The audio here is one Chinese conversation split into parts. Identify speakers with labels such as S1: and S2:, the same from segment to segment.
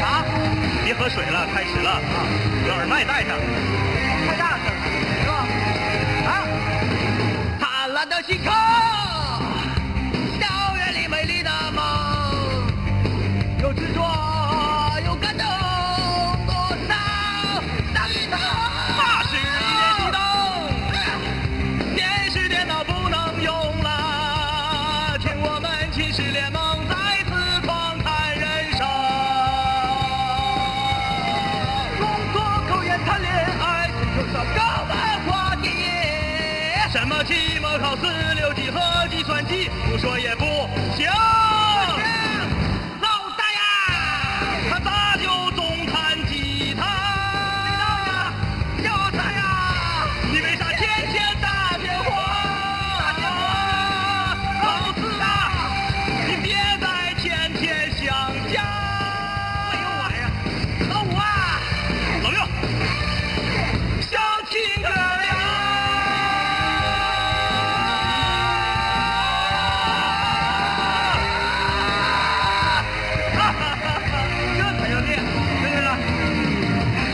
S1: 啊
S2: 喝水了，开始了啊！把耳麦戴上，
S1: 太大声了，是吧？啊！灿烂的星空，校园里美丽的梦，有执着，有感动，多少伤痛。
S2: 那是一年
S1: 激动，电视电脑不能用了，请我们骑士联盟再次狂谈人生。通过考研谈恋爱，有上高文化题，
S2: 什么期末考试、六级和计算机，不说也不行。
S1: 老大呀，
S2: 他咋就总弹吉他？
S1: 有他呀，
S2: 你为啥天天打电话？老子啊，你别再天天想家。
S1: 没有我呀，老五啊，
S2: 老六，
S1: 想亲哥呀。
S2: 哈哈哈哈，这才叫练，真是的。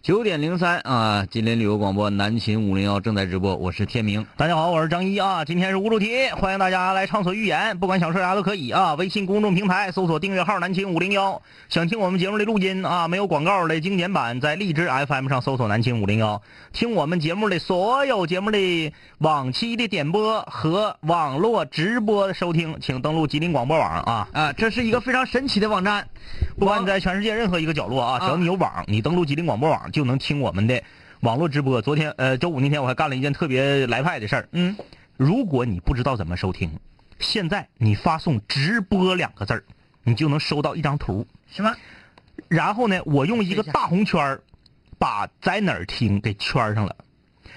S3: 九点零三啊，吉林旅游广播南秦五零幺正在直播，我是天明。
S2: 大家好，我是张一啊，今天是无主题，欢迎大家来畅所欲言，不管想说啥都可以啊。微信公众平台搜索订阅号“南秦五零幺”，想听我们节目的录音啊，没有广告的精简版，在荔枝 FM 上搜索“南秦五零幺”，听我们节目的所有节目的往期的点播和网络直播的收听，请登录吉林广播网啊。
S3: 啊，这是一个非常神奇的网站，
S2: 不管你在全世界任何一个角落啊，只要你有网，你登录吉林广播网就能听我们的网络直播。昨天呃，周五那天我还干了一件特别来派的事儿。
S3: 嗯，
S2: 如果你不知道怎么收听，现在你发送“直播”两个字儿，你就能收到一张图。
S3: 什么？
S2: 然后呢，我用一个大红圈儿把在哪儿听给圈上了。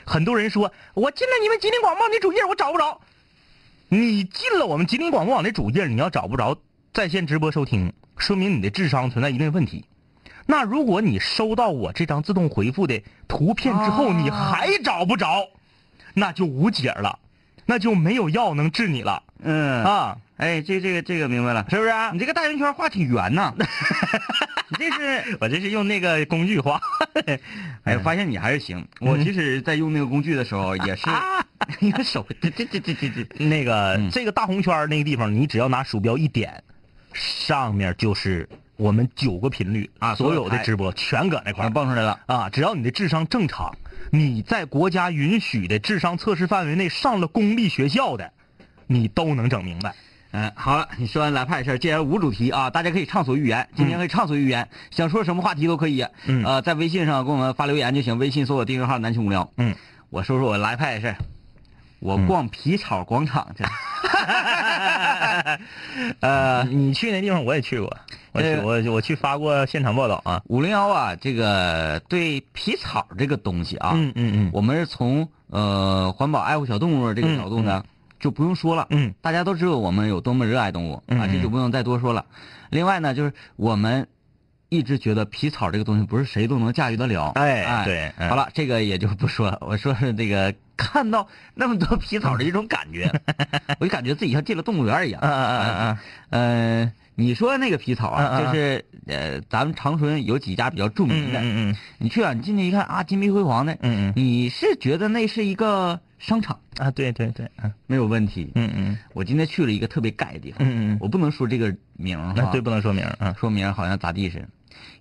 S2: 很多人说，我进了你们吉林广播网的主页，我找不着。你进了我们吉林广播网的主页，你要找不着在线直播收听，说明你的智商存在一定的问题。那如果你收到我这张自动回复的图片之后，
S3: 啊
S2: 你还找不着，那就无解了，那就没有药能治你了
S3: 嗯啊，
S2: 啊！
S3: 哎，这这个这个明白了。
S2: 是不是啊？
S3: 你这个大圆圈画挺 圆呐，你这是，
S2: 我这是用那个工具画， 嗯
S3: 哎，发现你还是行。我其实，在用那个工具的 时候，也是
S2: 啊
S3: 你看 手，这这这这这这，
S2: 那个、
S3: 嗯
S2: 这个大红圈儿那个地方，你只要拿鼠标一点，上面就是我们九个频率
S3: 啊
S2: 所有
S3: 所有
S2: 的
S3: 台
S2: 直播全搁那块
S3: 啊
S2: 儿
S3: 蹦出来了。
S2: 啊！只要你的智商正常，你在国家允许的智商测试范围内上了公立学校的，你都能整明白。
S3: 嗯，好了，你说完来派的事儿，既然无主题啊，大家可以畅所欲言。今天可以畅所欲言，想说什么话题都可以。
S2: 嗯
S3: 呃，在微信上给我们发留言就行，微信搜索订阅号“南青无聊”。
S2: 嗯，
S3: 我说说我来派的事儿，我逛皮草广场去了。
S2: 呃，你去那地方我也去过，我去
S3: 呃
S2: 我我去发过现场报道啊。
S3: 五零幺啊，这个对皮草这个东西啊，
S2: 嗯嗯嗯
S3: 我们是从呃环保爱护小动物这个角度呢，就不用说了。
S2: 嗯
S3: 大家都知道我们有多么热爱动物啊，
S2: 嗯
S3: 这就不用再多说了。另外呢，就是我们一直觉得皮草这个东西不是谁都能驾驭得了。
S2: 哎
S3: 哎
S2: 对嗯
S3: 好了，这个也就不说了。我说是这个看到那么多皮草的一种感 觉，我就感觉自己像进了动物园一样。
S2: 嗯嗯嗯
S3: 呃，你说那个皮草
S2: 嗯嗯
S3: 啊，
S2: 嗯
S3: 就是呃，咱们长春有几家比较著名
S2: 嗯
S3: 的，
S2: 嗯
S3: 你去啊，你进去一看啊，金碧辉煌的，
S2: 嗯嗯
S3: 你是觉得那是一个商场
S2: 嗯啊，对对对，嗯
S3: 没有问题。
S2: 嗯嗯
S3: 我今天去了一个特别盖的地方，
S2: 嗯嗯嗯，
S3: 我不能说这个名儿
S2: 那
S3: 哈，
S2: 对，不能说明啊。
S3: 说名儿好像咋地似的。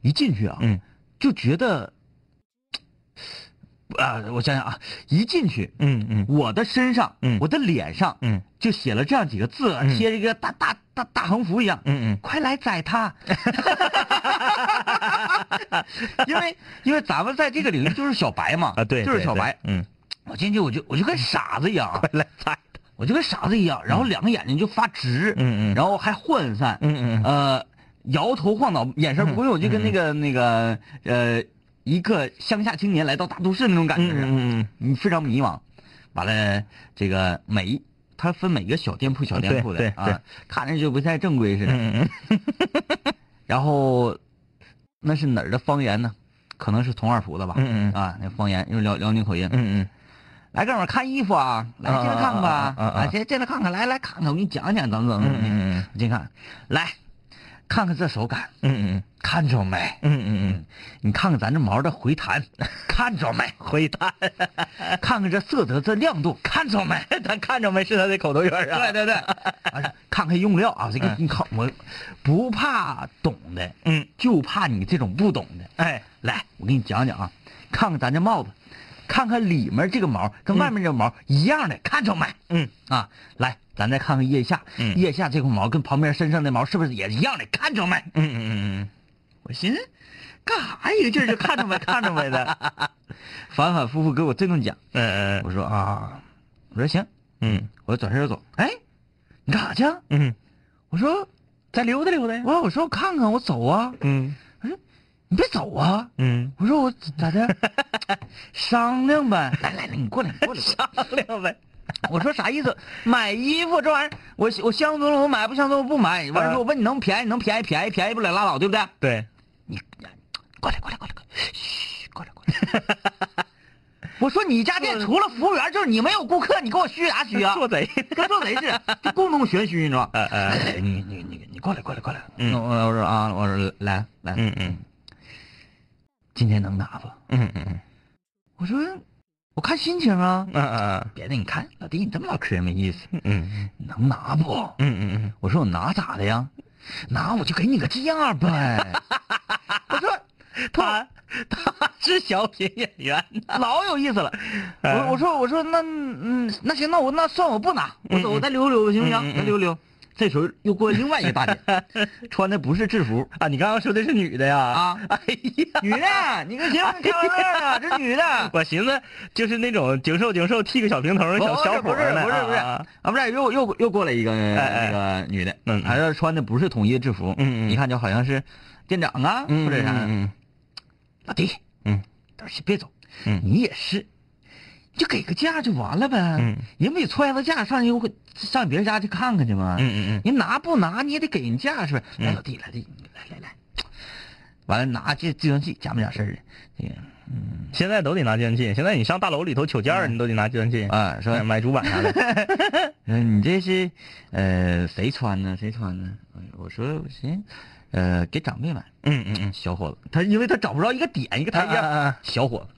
S3: 一进去啊，
S2: 嗯
S3: 就觉得，啊，我想想啊，一进去，
S2: 嗯嗯
S3: 我的身上，
S2: 嗯
S3: 我的脸上，
S2: 嗯
S3: 就写了这样几个字，
S2: 嗯
S3: 贴着一个大大大大横幅一样，
S2: 嗯嗯，
S3: 快来宰 他！因为因为咱们在这个领域就是小白嘛，
S2: 啊，对，
S3: 就是
S2: 对
S3: 小
S2: 对
S3: 白。
S2: 嗯，
S3: 我进去我就我就跟傻子一样啊，
S2: 来猜，
S3: 我就跟傻子一样，然后两个眼睛就发直，
S2: 嗯嗯，
S3: 然后还涣散，
S2: 嗯嗯嗯
S3: 呃，摇头晃脑，眼神不会，我就跟那个那个呃一个乡下青年来到大都市那种感觉似的，
S2: 嗯嗯
S3: 你非常迷茫。完了，这个每一它分每个小店铺小店铺
S2: 对
S3: 的
S2: 对
S3: 啊，看着就不太正规似的。
S2: 嗯嗯
S3: 然后那是哪儿的方言呢？可能是铜二浦的吧？
S2: 嗯嗯
S3: 啊，那方言又是辽辽宁口音。
S2: 嗯嗯
S3: 来哥们儿看衣服啊，来
S2: 啊
S3: 进来看吧，
S2: 啊啊啊啊
S3: 进进来看看，来来看看，我给你讲讲怎么怎么
S2: 嗯
S3: 怎么，
S2: 嗯
S3: 我进看，来，看看这手感，
S2: 嗯嗯
S3: 看着没？
S2: 嗯嗯嗯，
S3: 嗯，你看看咱这毛的回 弹，看着没？
S2: 回答，
S3: 看看这色泽这亮度，看着 没？
S2: 他看着没是他的口头语儿啊。
S3: 对对对，完事儿看看用料啊，这个你看我不怕懂的，
S2: 嗯，
S3: 就怕你这种不懂的。
S2: 哎，
S3: 来，我给你讲讲啊，看看咱这帽子，看看里面这个毛跟外面这毛一样的，看着没？
S2: 嗯
S3: 啊，来，咱再看看腋下，
S2: 嗯
S3: 腋下这块毛跟旁边身上的毛是不是也一样的？看着没？
S2: 嗯嗯嗯
S3: 我寻思，干啥一个 劲儿就看着没看着没的，反反复复给我这顿讲。
S2: 嗯嗯
S3: 我说啊，我说行，
S2: 嗯
S3: 我转身就走。哎，你干啥去啊？
S2: 嗯
S3: 我说
S1: 再溜达溜达呀。
S3: 哦我我说我看看，我走啊。
S2: 嗯
S3: 你别走啊！
S2: 嗯，
S3: 我说我咋的？ 商量呗。来来来，你过来，你过来。过来
S2: 商量呗。
S3: 我说啥意思？买衣服这玩意儿，我我相中了我买，不相中我不买。完了
S2: 嗯
S3: 说我问你能便宜，能便宜便宜便宜不了拉倒，对不对？
S2: 对，
S3: 你过来过来过来过来，嘘，过来过来。 我说你家店除了服务员就是你没有顾客，你给我虚啥虚啊？
S2: 做贼。
S3: 跟做贼似的，就故弄玄虚，你知道吗？
S2: 呃呃，
S3: 哎你你你你过来过来过来。
S2: 嗯
S3: 我我说啊，我说来来，
S2: 嗯嗯
S3: 今天能拿不？
S2: 嗯嗯
S3: 我说我看心情啊。
S2: 嗯啊
S3: 别的你看，老弟你这么唠嗑没意思，
S2: 嗯嗯
S3: 能拿不？
S2: 嗯嗯
S3: 我说我拿咋的呀？拿我就给你个价呗。我说
S2: 嗯，他他是小品演员。
S3: 老有意思了。
S2: 哎
S3: 我我说我说那嗯那行那我那算我不拿，我走我再溜溜行不
S2: 嗯嗯
S3: 行？
S2: 嗯
S3: 再溜溜。这时候又过另外一个大姐，穿的不是制服
S2: 啊，你刚刚说的是女的呀？
S3: 啊，
S2: 哎呀，
S3: 女的，你跟谁开玩笑呢？这女的啊，
S2: 我寻思就是那种警兽警兽剃个小平头儿小小伙
S3: 不是
S2: 儿呢
S3: 不是不是
S2: 啊
S3: 不是又又又过来一个
S2: 哎
S3: 那个女的
S2: 嗯嗯，
S3: 还是穿的不是统一制服，
S2: 嗯嗯
S3: 一看就好像是店长啊
S2: 嗯
S3: 或者啥。
S2: 嗯
S3: 老弟，
S2: 嗯，
S3: 但是别走，
S2: 嗯
S3: 你也是，你就给个价就完了呗，
S2: 嗯，
S3: 人不得揣着价上优惠上别人家去看看去吗？
S2: 嗯，嗯嗯
S3: 人拿不拿你也得给人价是吧？
S2: 嗯
S3: 来，老弟，来弟，来来来，完了拿这计算器假模假式的，这个
S2: 嗯，现在都得拿计算器，现在你上大楼里头取件儿你都得拿计算器，
S3: 啊说
S2: 买，买主板啥 的。
S3: 嗯，你这是呃谁穿呢？谁穿呢？哎我说我寻思，呃给长辈买，
S2: 嗯嗯嗯
S3: 小伙子，他因为他找不着一个点一个台阶，
S2: 啊啊啊
S3: 小伙子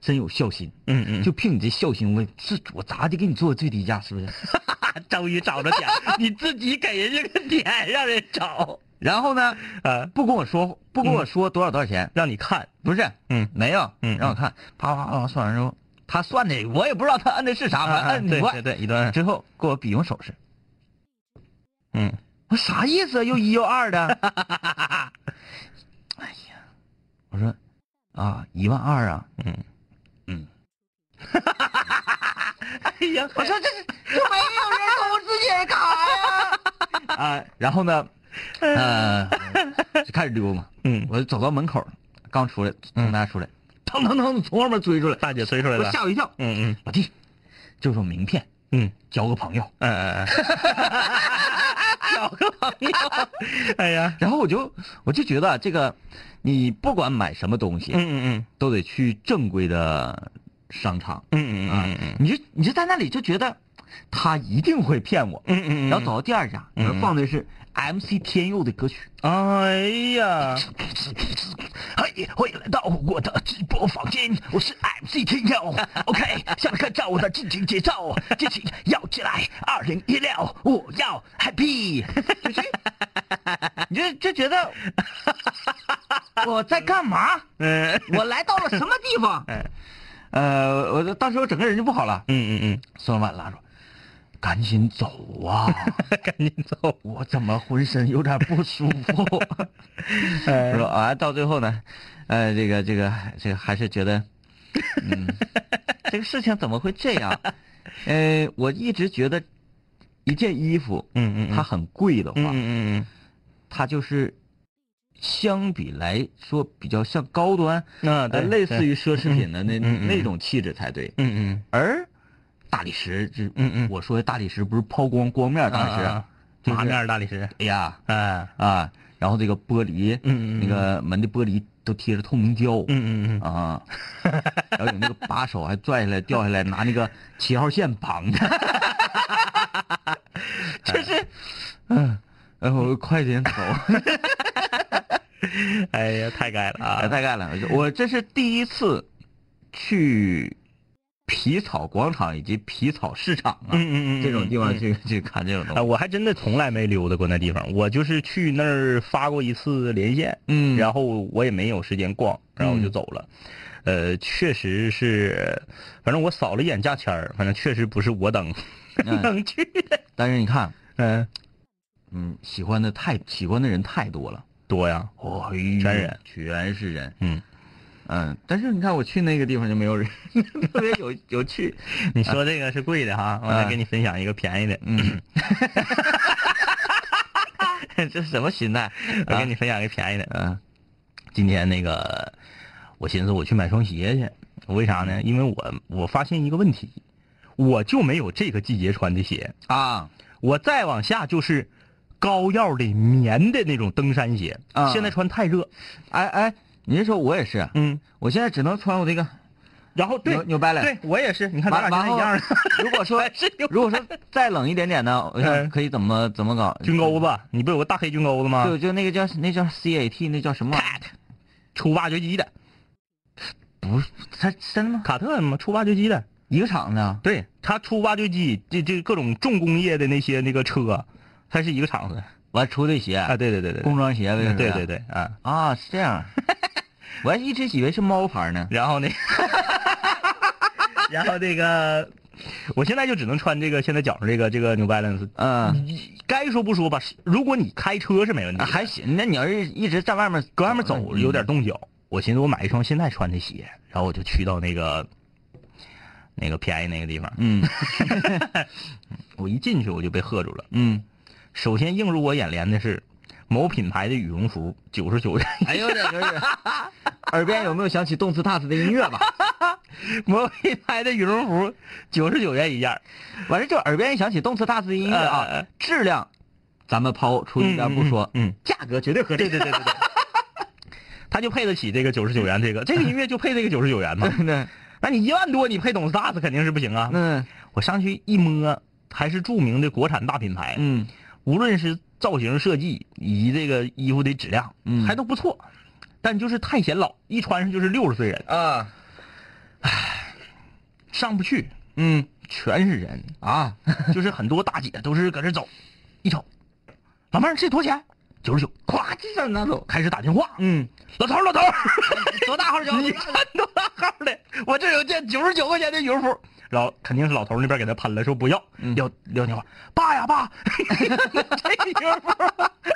S3: 真有孝心，
S2: 嗯嗯，
S3: 就凭你这孝心，我是我咋的给你做最低价，是不是？
S2: 终于找着点， 你自己给人家个点，让人找
S3: 然后呢，
S2: 啊，
S3: 不跟我说，不跟我说多少多少钱，
S2: 让你看。
S3: 不是，
S2: 嗯
S3: 没有，
S2: 嗯
S3: 让我看，啪啪啪算完之后，他算的我也不知道他按的是啥，
S2: 啊
S3: 反正
S2: 啊，
S3: 按
S2: 对对
S3: 挺快，
S2: 对，一段，
S3: 之后给我比划手势，
S2: 嗯
S3: 我说啥意思啊？又一又 二的，哎呀，我说啊，一万二啊，
S2: 嗯
S3: 嗯，
S2: 哎呀，
S3: 我说这这没有人跟我自己人干啥呀？啊，然后呢，呃，就开始溜嘛，
S2: 哎嗯，
S3: 我走到门口，刚出来，从家出来，腾腾腾从外面追出来，
S2: 大姐催出来
S3: 我
S2: 了。
S3: 吓我一跳，
S2: 嗯嗯
S3: 老弟，这是我名片，
S2: 嗯
S3: 交个朋友。
S2: 嗯 嗯嗯，找个朋友。哎呀，
S3: 然后我就我就觉得啊这个，你不管买什么东西，
S2: 嗯嗯
S3: 都得去正规的商场
S2: 嗯嗯
S3: 啊
S2: 嗯嗯。
S3: 你就你就在那里就觉得他一定会骗我，
S2: 嗯嗯，
S3: 然后走到第二家，
S2: 嗯
S3: 那放的是 MC 天佑的歌曲。
S2: 哎呀，
S3: 嘿，哎欢迎来到我的直播房间，我是 MC 天佑。OK，下面看照我的进行节奏，进行要起来，二零一六，我要 happy。你就就觉 得我在干嘛？
S2: 嗯
S3: 我来到了什么地 方？
S2: 嗯
S3: 呃，我当时我整个人就不好了，
S2: 嗯嗯
S3: 孙老板拉住，赶紧走啊！
S2: 嗯， 赶紧走。
S3: 我怎么浑身有点不舒 服？我说啊，到最后呢，呃，这个这个这个还是觉得，嗯，这个事情怎么会这样？呃，我一直觉得，一件衣服，
S2: 嗯嗯嗯
S3: 它很贵的话，
S2: 嗯嗯
S3: 它就是相比来说比较像高端，
S2: 嗯，啊，
S3: 呃，
S2: 对，
S3: 类似于奢侈品的那、
S2: 嗯嗯嗯
S3: 那种气质才对。
S2: 嗯
S3: 而大理石，就
S2: 嗯嗯
S3: 我说的大理石不是抛光光面
S2: 嗯，
S3: 儿大理石，
S2: 麻面大理石，
S3: 哎呀
S2: 哎，
S3: 啊，然后这个玻璃，
S2: 嗯嗯嗯
S3: 那个门的玻璃都贴着透明胶，
S2: 嗯嗯嗯，
S3: 啊，然后有那个把手还拽下来掉下来，拿那个七号线绑着， 就是，嗯，然后快点 走，
S2: 哎呀，太该了
S3: 啊，
S2: 啊！
S3: 太干了！我这是第一次去皮草广场以及皮草市场啊，
S2: 嗯嗯嗯，
S3: 这种地
S2: 嗯
S3: 方
S2: 嗯
S3: 去去看这种
S2: 啊，
S3: 东西，
S2: 我还真的从来没溜达过那地方，我就是去那儿发过一次连线，
S3: 嗯
S2: 然后我也没有时间逛，然后我就走了。呃，确实是，反正我扫了一眼价签儿，反正确实不是我等
S3: 嗯
S2: 能去的。
S3: 但是你看，
S2: 嗯，
S3: 嗯，喜欢的太喜欢的人太多了，
S2: 多呀，
S3: 哦，
S2: 哎全人，
S3: 全是人，
S2: 嗯，
S3: 嗯，但是你看我去那个地方就没有人，特别 有有趣，
S2: 你说这个是贵的哈，我来给你分享一个便宜的，
S3: 嗯， 这什么心态？
S2: 我给你分享一个便宜的。
S3: 嗯
S2: 今天那个，我寻思我去买双鞋去，为啥呢？因为我我发现一个问题，我就没有这个季节穿的鞋。
S3: 啊，
S2: 我再往下就是高腰的棉的那种登山鞋，
S3: 啊
S2: 现在穿太热。
S3: 哎哎，你这说我也是，
S2: 嗯，
S3: 我现在只能穿我这个
S2: 然后对
S3: 纽，纽 balance
S2: 对我也是，你看咱
S3: 完
S2: 俩现在
S3: 完
S2: 一
S3: 后
S2: 样的， 哎
S3: 如果说如果说再冷一点点呢，我
S2: 嗯
S3: 想可以怎么怎么搞？
S2: 军钩子，你不有个大黑军钩子吗？
S3: 就就那个叫那叫 CAT，那叫什么玩意儿？
S2: 出挖掘机的，
S3: 不是，它真吗？
S2: 卡特嘛，出挖掘机的，
S3: 一个厂子啊？
S2: 对他出挖掘机，这这各种重工业的那些那个车，它是一个厂子
S3: 完出的鞋，
S2: 啊，对对对对，
S3: 工装鞋
S2: 对
S3: 呗，是
S2: 对
S3: 吧
S2: 对对啊，
S3: 啊，是 这样。我还一直以为是猫牌呢。
S2: 然后那， 然后那个，我现在就只能穿这个现在脚上这个这个 New Balance，
S3: 嗯，
S2: 该说不说吧，是如果你开车是没问题
S3: 啊
S2: 的，
S3: 还行。那你要是一直在外面
S2: 搁外面
S3: 嗯
S2: 走有点冻脚。我寻思我买一双现在穿的鞋，然后我就去到那个那个便宜那个地方。
S3: 嗯
S2: 我一进去我就被喝住了。
S3: 嗯，
S2: 首先映入我眼帘的是某品牌的羽绒服，九十九元。
S3: 哎呦我的就是，耳边有没有响起动次打次的音乐吧？
S2: 某品牌的羽绒服九十九元一件儿。
S3: 完了就耳边响起动次打次的音乐
S2: 哎哎
S3: 啊
S2: 哎，
S3: 质量咱们抛出一边不说，
S2: 嗯，
S3: 价格绝对合
S2: 对
S3: 理。
S2: 对对对对。 他就配得起这个九十九元，这个这个音乐就配这个九十九元嘛。
S3: 对，
S2: 那你一万多，你配董事大斯肯定是不行啊。
S3: 嗯
S2: 我上去一摸，还是著名的国产大品牌。
S3: 嗯
S2: 无论是造型设计以及这个衣服的质量，
S3: 嗯
S2: 还都不错，但就是太显老，一穿上就是六十岁人，
S3: 啊
S2: 上不去，
S3: 嗯
S2: 全是人，
S3: 啊，
S2: 就是很多大姐都是搁这走，一瞅，老妹儿这多少钱？九十九，咵就上拿走，开始打电话，
S3: 嗯，
S2: 老头儿老头儿，
S3: 多大 号儿
S2: 你看多大号的，我这有件九十九块钱的羽绒服。然后肯定是老头儿那边给他喷了，说不要，
S3: 嗯
S2: 要撂电话，爸呀 爸，这羽绒服，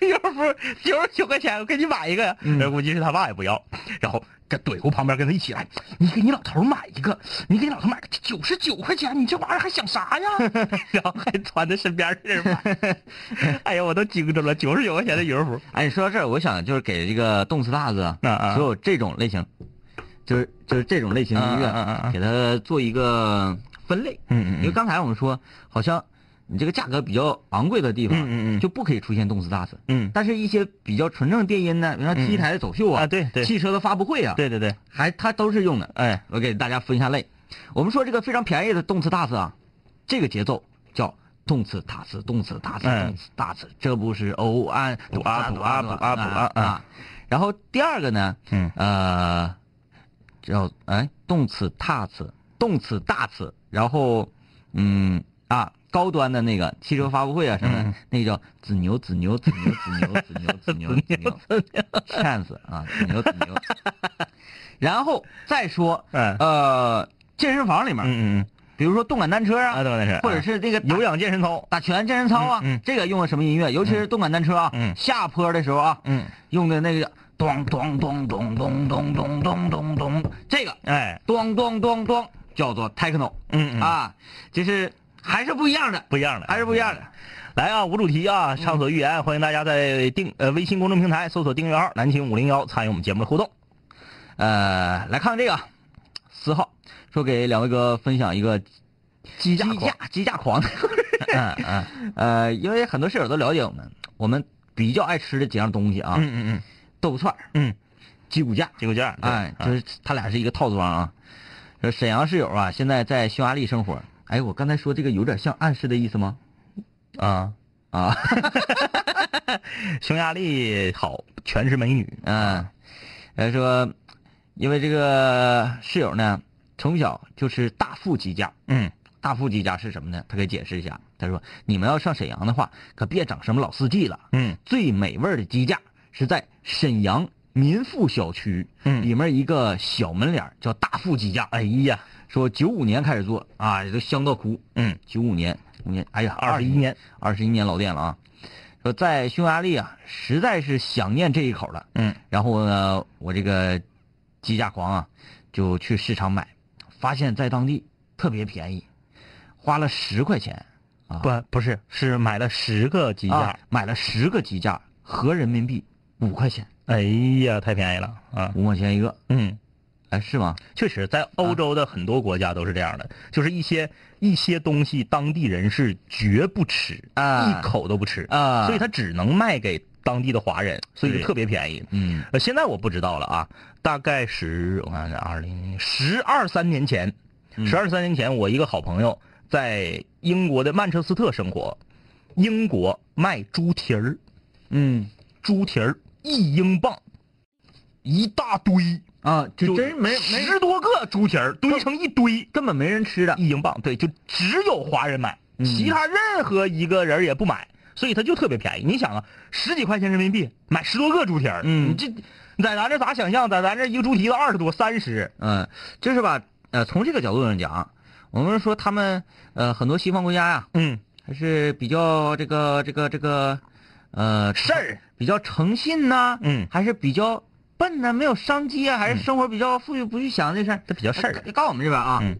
S2: 这羽绒服九十九块钱，我给你买一个呀。
S3: 嗯
S2: 然后估计是他爸也不要，然后跟怼过旁边跟他一起来，你给你老头儿买一个，你给你老头儿买个九十九块钱，你这玩意儿还想啥呀？ 然后还传他身边的人买， 哎呀，我都惊着了，九十九块钱的羽绒服，
S3: 哎，你说到这儿，我想就是给这个动次大子
S2: 啊啊
S3: 所有这种类型，就是就是这种类型的音
S2: 啊啊啊啊
S3: 乐，给它做一个分类。
S2: 嗯
S3: 因为刚才我们说，好像你这个价格比较昂贵的地
S2: 嗯嗯嗯
S3: 方，就不可以出现动次打次。
S2: 嗯
S3: 但是，一些比较纯正电音呢，比如说 T 台的走秀
S2: 啊
S3: 啊，
S2: 对对
S3: 汽车的发布会啊，，
S2: 对对对，
S3: 还它都是用的。
S2: 哎，
S3: 我给大家分一下类。我们说这个非常便宜的动次打次啊，这个节奏叫动次打次，动次打次，
S2: 嗯
S3: 动次打次，这不是欧安
S2: 补啊补啊补啊补啊啊
S3: 啊。然后第二个呢，
S2: 嗯
S3: 呃，叫哎动次打次，动次大次，然后嗯啊。高端的那个汽车发布会啊什么的，
S2: 嗯
S3: 那个叫子牛子牛子牛子牛子牛子牛子牛，chance 啊子牛子牛，然后再说
S2: 嗯
S3: 呃，健身房里面，
S2: 嗯嗯
S3: 比如说动感单车
S2: 嗯，啊，
S3: 啊，
S2: 对，那是，
S3: 或者是那个打
S2: 有氧健身操，
S3: 打拳、健身操啊，
S2: 嗯嗯
S3: 这个用的什么音乐？尤其是动感单车啊，
S2: 嗯
S3: 下坡的时候啊，
S2: 嗯，
S3: 用的那个咚咚咚咚咚咚咚咚咚咚，这个
S2: 哎，
S3: 咚咚咚咚叫做 techno
S2: 嗯啊，
S3: 啊，就是还是不一样的，
S2: 不一样的，
S3: 还是不一样的。
S2: 来啊，无主题啊，畅所欲言，欢迎大家在订呃微信公众平台搜索订阅号“南青五零幺”，参与我们节目的互动。
S3: 呃，来看看这个啊，四号说给两位哥分享一个
S2: 鸡架
S3: 鸡
S2: 狂
S3: 架，鸡架狂。
S2: 嗯嗯
S3: 呃，因为很多室友都了解我们，我们比较爱吃的几样东西啊，
S2: 嗯嗯嗯
S3: 豆腐串儿、
S2: 嗯，
S3: 鸡骨架，
S2: 这个价，对
S3: 哎，
S2: 啊
S3: 就是他俩是一个套装啊。呃沈阳室友啊，现在在匈牙利生活。哎，我刚才说这个有点像暗示的意思吗？
S2: 啊
S3: 啊，
S2: 匈牙利好，全是美女，
S3: 嗯，他说，因为这个室友呢，从小就吃大腹鸡架。
S2: 嗯
S3: 大腹鸡架是什么呢？他给解释一下。他说，你们要上沈阳的话，可别整什么老司机了。
S2: 嗯
S3: 最美味儿的鸡架是在沈阳民富小区，
S2: 嗯
S3: 里面一个小门脸儿叫大富鸡架。哎呀，说九五年开始做啊，也都香到哭。
S2: 嗯，
S3: 九五年，五年，哎呀，
S2: 二十一年，
S3: 二十一年老店了啊。说在匈牙利啊，实在是想念这一口了。
S2: 嗯
S3: 然后呢，我这个鸡架狂啊，就去市场买，发现在当地特别便宜，花了十块钱啊，
S2: 不不是，是买了十个鸡
S3: 啊
S2: 架，
S3: 买了十个鸡架，合人民币五块钱，
S2: 哎呀，太便宜了啊，
S3: 五块钱一个，
S2: 嗯。
S3: 哎，是吗？
S2: 确实，在欧洲的很多国家都是这样的，就是一些一些东西当地人是绝不吃，
S3: 啊
S2: 一口都不吃，
S3: 啊
S2: 所以他只能卖给当地的华人，所以
S3: 对
S2: 就特别便宜。
S3: 嗯
S2: 呃，现在我不知道了啊，大概十我看看，二零十二三年前，
S3: 嗯
S2: 十二三年前，我一个好朋友在英国的曼彻斯特生活，英国卖猪蹄儿，
S3: 嗯
S2: 猪蹄儿一英镑，一大堆。
S3: 啊，就
S2: 就
S3: 真没没
S2: 十多个猪蹄儿堆成一堆，
S3: 根本没人吃的，
S2: 一英镑，对，就只有华人买，
S3: 嗯
S2: 其他任何一个人也不买，所以它就特别便宜。你想啊，十几块钱人民币买十多个猪蹄儿，
S3: 嗯
S2: 你这你在咱这咋想象？在咱这一个猪蹄子二十多、三十，
S3: 嗯，就是吧，呃，从这个角度上讲，我们说他们呃很多西方国家呀、
S2: 嗯，
S3: 还是比较这个这个这个呃
S2: 事儿，
S3: 比较诚信呐、
S2: 嗯
S3: 还是比较笨呐，没有商机啊，还是生活比较富裕，不去想这事儿，
S2: 这比较事儿
S3: 哎。告诉我们这边啊，
S2: 嗯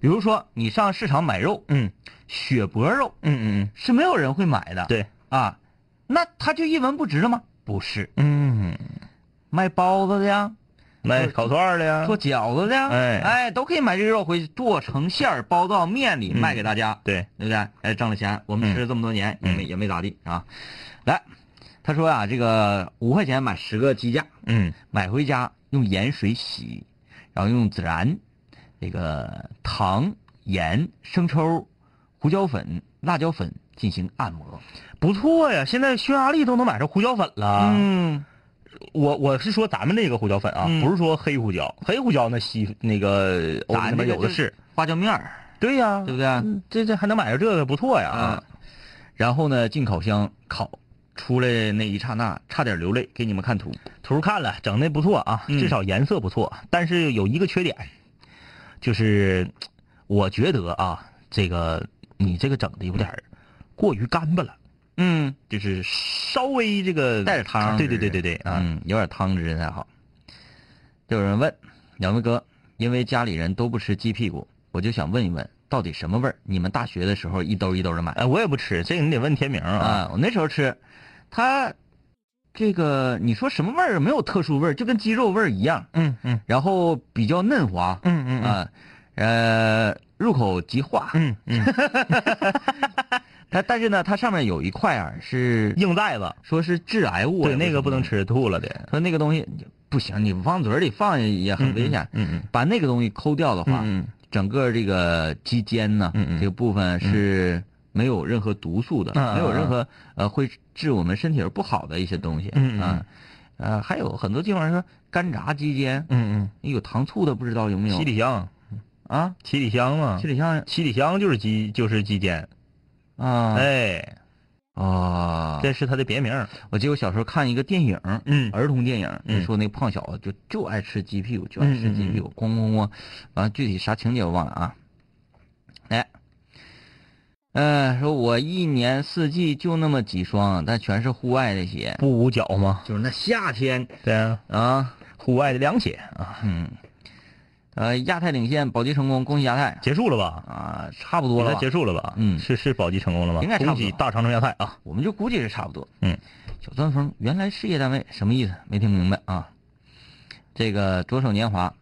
S3: 比如说你上市场买肉，
S2: 嗯
S3: 血脖肉
S2: 嗯嗯嗯，
S3: 是没有人会买的，
S2: 对，
S3: 啊，那它就一文不值了吗？不是，
S2: 嗯，
S3: 卖包子的呀，
S2: 买烤串儿的呀，
S3: 做饺子的呀，
S2: 啊哎
S3: 哎，都可以买这个肉回去剁成馅儿，包到面里
S2: 嗯
S3: 卖给大家。
S2: 对，
S3: 对不对？哎，挣了钱，我
S2: 嗯
S3: 们吃了这么多年、也没
S2: 嗯
S3: 也没咋地啊。来，他说啊，这个五块钱买十个鸡架，
S2: 嗯
S3: 买回家用盐水洗，然后用孜然、这个糖、盐、生抽、胡椒粉、辣椒粉进行按摩。
S2: 不错呀。现在匈牙利都能买上胡椒粉了，
S3: 嗯
S2: 我我是说咱们这个胡椒粉啊，
S3: 嗯
S2: 不是说黑胡椒，黑胡椒那西那个欧洲
S3: 咱
S2: 那
S3: 这
S2: 边
S3: 个
S2: 有的，
S3: 就是花椒面儿，
S2: 对呀、
S3: 对不对？
S2: 嗯这这还能买着这个，不错呀
S3: 啊！，然后呢，进烤箱烤，出来那一刹那差点流泪，给你们看图。
S2: 图看了，整的不错啊，
S3: 嗯
S2: 至少颜色不错。但是有一个缺点，就是我觉得啊，这个你这个整的有点儿过于干巴了，
S3: 嗯，
S2: 就是稍微这个
S3: 带着汤，
S2: 对对对对对啊，
S3: 嗯，有点汤汁才好。就有人问两位哥，因为家里人都不吃鸡屁股，我就想问一问，到底什么味儿？你们大学的时候一兜一兜的买
S2: 哎，我也不吃，这个你得问天明啊。
S3: 啊？我那时候吃，它这个你说什么味儿没有特殊味儿，就跟鸡肉味儿一样，
S2: 嗯嗯
S3: 然后比较嫩滑，
S2: 嗯嗯嗯
S3: 啊，呃，入口即化。
S2: 嗯 嗯，
S3: 它但是呢，它上面有一块啊是
S2: 硬袋子，
S3: 说是致癌物啊，
S2: 对，那个不能
S3: 吃。
S2: 吃，吐了的。
S3: 说那个东西不行，你往嘴里放也很危险。
S2: 嗯嗯
S3: 把那个东西抠掉的话，
S2: 嗯嗯
S3: 整个这个肌间呢，
S2: 嗯嗯
S3: 这个部分是没有任何毒素的，
S2: 嗯
S3: 没有任何呃会致我们身体而不好的一些东西。
S2: 嗯嗯
S3: 啊呃，还有很多地方说干炸鸡间，
S2: 嗯
S3: 有糖醋的，不知道有没
S2: 嗯，七
S3: 有
S2: 里香，
S3: 啊？
S2: 七里香哎嘛
S3: 七，里香
S2: 七里香就是鸡，就是鸡尖。
S3: 啊，
S2: 哎，
S3: 啊，
S2: 这是它的别名。
S3: 我记得我小时候看一个电影，
S2: 嗯
S3: 儿童电影，
S2: 嗯
S3: 就说那胖小子就就爱吃鸡屁股，就爱吃
S2: 嗯嗯
S3: 鸡屁股，咣咣咣，完了具体啥情节我忘了啊。来，呃，说我一年四季就那么几双，但全是户外的鞋，
S2: 不捂脚吗？
S3: 就是那夏天
S2: 对啊，
S3: 啊，
S2: 户外的凉鞋啊，
S3: 嗯，呃，亚太领先，保级成功，恭喜亚太
S2: 结束了吧？
S3: 啊，差不
S2: 比
S3: 多了
S2: 赛
S3: 吧
S2: 结束了吧？
S3: 嗯
S2: 是是保级成功了吗？
S3: 应该差不
S2: 恭
S3: 多
S2: 喜大长城亚泰啊！
S3: 我们就估计是差不多。
S2: 嗯，
S3: 小钻风原来事业单位什么意思？没听明白啊。这个左手年华，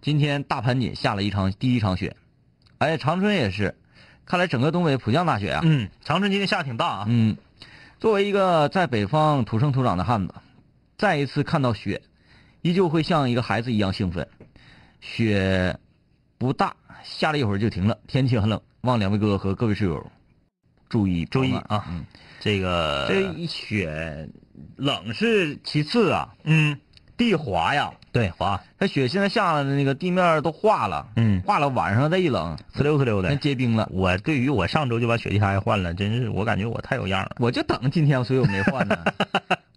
S3: 今天大盘锦下了一场第一场雪，哎，长春也是，看来整个东北普降大雪啊。
S2: 嗯，长春今天下挺大啊。
S3: 嗯，作为一个在北方土生土长的汉子，再一次看到雪，依旧会像一个孩子一样兴奋。雪不大，下了一会儿就停了，天气很冷，望两位哥和各位室友注意
S2: 注意
S3: 保暖
S2: 啊
S3: 嗯，
S2: 这个
S3: 这一雪冷是其次啊，
S2: 嗯，
S3: 地滑呀，
S2: 对，滑，
S3: 它雪现在下了，那个地面都化了，
S2: 嗯，
S3: 化了，晚上再一冷，
S2: 呲溜呲溜
S3: 那
S2: 的。
S3: 结冰了。
S2: 我对于我上周就把雪地鞋换了，真是我感觉我太有样了。
S3: 我就等今天，所以我没 换呢。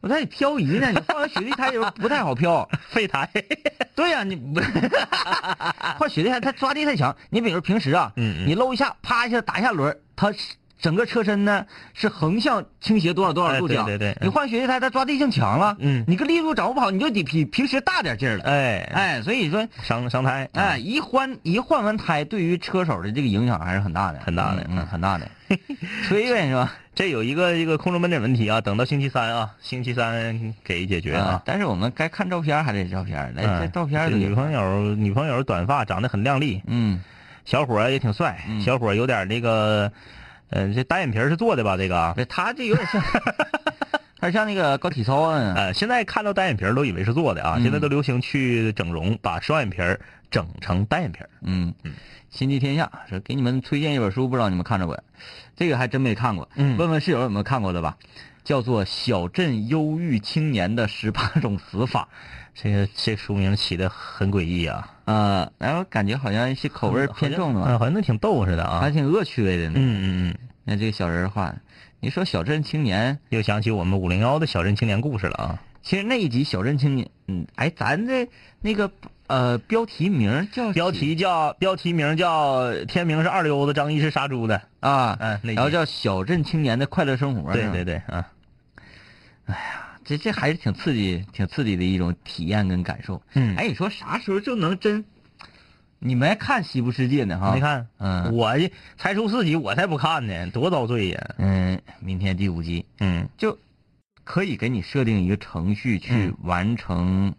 S3: 我在漂移呢，你换完雪地它就不太好 漂。
S2: 废材，
S3: 对呀、你不 换雪地它它抓地太强。你比如平时啊，
S2: 嗯嗯
S3: 你搂一下，啪一下打一下轮儿，它是整个车身呢是横向倾斜多少多少度角。
S2: 哎对对对
S3: 你换雪地胎，它抓地性强了。
S2: 嗯
S3: 你个力度掌握不好，你就得比平时大点劲儿了。
S2: 哎
S3: 哎，所以说，
S2: 伤伤胎，
S3: 哎，，一换一换完胎，对于车手的这个影响还是很大的，
S2: 很大的
S3: 嗯，嗯很大的。崔呗 是吧？
S2: 这有一个这个空中门诊问题啊，等到星期三啊，星期三给解决
S3: 啊
S2: 啊。！
S3: 但是我们该看照片还得照片，来这
S2: 嗯
S3: 照片
S2: 这女
S3: 里，
S2: 朋友，女朋友短发，长得很靓丽，
S3: 嗯，
S2: 小伙儿也挺帅，
S3: 嗯
S2: 小伙儿有点那个，嗯、这单眼皮儿是做的吧？这个啊，
S3: 对，哎他这有点像， 他像那个搞体操啊，
S2: 呃，现在看到单眼皮儿都以为是做的啊，
S3: 嗯
S2: 现在都流行去整容，把双眼皮儿整成单眼皮儿。
S3: 嗯，心系天下说给你们推荐一本书，不知道你们看着过，这个还真没看过，
S2: 嗯
S3: 问问室友有没有看过的吧，叫做《小镇忧郁青年的十八种死法
S2: 这个这书名起的很诡异啊，》
S3: 啊，然后感觉好像一些口味偏重的
S2: 好像嗯
S3: 嘛，
S2: 好像那挺逗似的啊
S3: 还。挺恶趣味的呢。
S2: 嗯嗯嗯，
S3: 那这个小人儿画的，你说小镇青年。
S2: 又想起我们五零幺的小镇青年故事了啊。
S3: 其实那一集小镇青年，嗯，哎，咱的那个呃标题名 叫
S2: 标
S3: 几
S2: 题叫标题名叫天明是二溜子，张一是杀猪的。
S3: 啊，
S2: 嗯、那集
S3: 然后叫小镇青年的快乐生活，
S2: 对
S3: 是吧
S2: 对，对啊，
S3: 这这还是挺刺激、挺刺激的一种体验跟感受。
S2: 嗯
S3: 哎，你说啥时候就能真？你们还看《西部世界》呢哈？
S2: 你，看，
S3: 嗯
S2: 我这才出四集，我才不看呢，多遭罪呀！
S3: 嗯，明天第五集
S2: 嗯
S3: 就可以给你设定一个程序去完成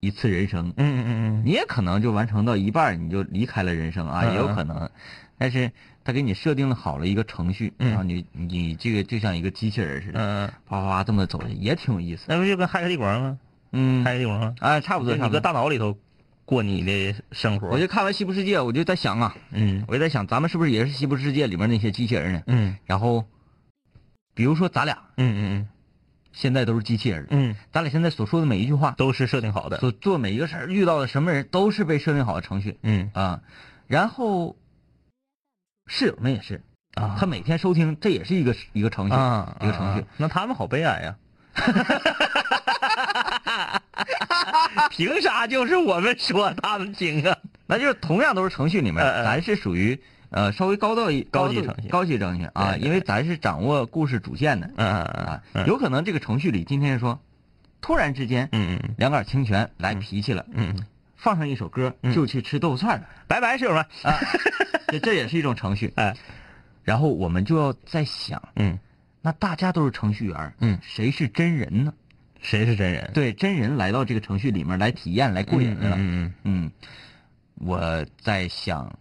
S3: 一次人生。
S2: 嗯嗯嗯
S3: 你也可能就完成到一半儿你就离开了人生啊，
S2: 嗯
S3: 也有可能。但是他给你设定了好了一个程序，
S2: 嗯
S3: 然后你你这个就像一个机器人似
S2: 嗯
S3: 的，
S2: 嗯，
S3: 啪啪啪这么走着，也挺有意思。
S2: 那不就跟《骇客帝国》吗？《
S3: 嗯
S2: 骇，客帝国》吗？
S3: 啊，差不多
S2: 就
S3: 差
S2: 你
S3: 不
S2: 搁
S3: 多。
S2: 大脑里头过你的生活。
S3: 我就看完《西部世界》，我就在想啊，
S2: 嗯
S3: 我就在想，咱们是不是也是《西部世界》里面那些机器人呢？
S2: 嗯
S3: 然后，比如说咱俩
S2: 嗯嗯
S3: 现在都是机器人
S2: 嗯，嗯，
S3: 咱俩现在所说的每一句话，
S2: 都是设定好的。
S3: 所做每一个事儿，遇到的什么人都是被设定好的程序。
S2: 嗯
S3: 啊，然后室友们也是
S2: 啊
S3: 他每天收听，这也是一个一个程序，
S2: 啊，
S3: 一个程序
S2: 啊。那他们好悲哀 呀！凭啥就是我们说他们精啊？
S3: 那就是同样都是程序里面，
S2: 呃呃
S3: 咱是属于呃稍微高到一
S2: 高级
S3: 度
S2: 程序
S3: 高级程序
S2: 对
S3: 啊，
S2: 对对
S3: 因为咱是掌握故事主线的
S2: 嗯嗯嗯
S3: 啊，
S2: 嗯
S3: 有可能这个程序里今天是说，突然之间
S2: 嗯嗯
S3: 两杆清泉来脾气了，
S2: 嗯嗯，
S3: 放上一首歌
S2: 嗯
S3: 就去吃豆腐串了，啊
S2: 拜拜，室友们。
S3: 这这也是一种程序。
S2: 哎，
S3: 然后我们就要在想，
S2: 嗯，
S3: 那大家都是程序员，
S2: 嗯，
S3: 谁是真人呢？
S2: 谁是真人？
S3: 对，真人来到这个程序里面来体验、来过瘾来了。嗯
S2: 嗯
S3: 我在想，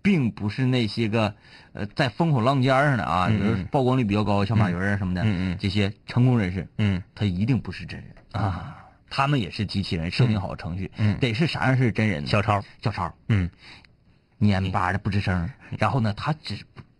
S3: 并不是那些个呃在风口浪尖儿上的啊，
S2: 嗯
S3: 比如
S2: 嗯
S3: 曝光率比较高，像马云啊什么的，
S2: 嗯嗯
S3: 这些成功人士，
S2: 嗯
S3: 他一定不是真人啊，他们也是机器人设定好的程序，
S2: 嗯
S3: 得是啥样是真人
S2: 嗯，
S3: 呢？
S2: 小超。
S3: 小超，
S2: 嗯，
S3: 蔫巴的不吱声，然后呢，他只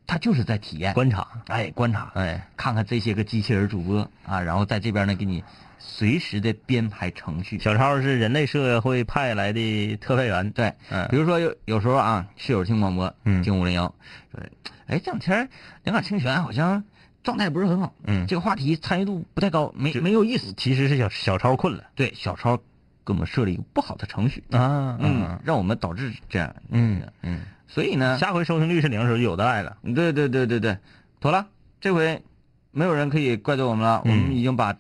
S3: 他就是在体验，
S2: 观察。
S3: 哎，观察，
S2: 哎，
S3: 看看这些个机器人主播啊，然后在这边呢给你随时的编排程序。
S2: 小超是人类社会派来的特派员。
S3: 对，
S2: 嗯
S3: 比如说有有时候啊，室友听广播，
S2: 嗯
S3: 听五零幺，说，哎，这两天儿两杆清泉好像状态不是很好，
S2: 嗯
S3: 这个话题参与度不太高，没
S2: 就
S3: 没有意思。
S2: 其实是小小超困了
S3: 对，小超给我们设了一个不好的程序，
S2: 啊
S3: 嗯，让我们导致这样，
S2: 嗯嗯，
S3: 所以呢，
S2: 下回收听率是零的时候就有的爱了。
S3: 对对对对对，妥了，这回没有人可以怪罪我们了，
S2: 嗯
S3: 我们已经把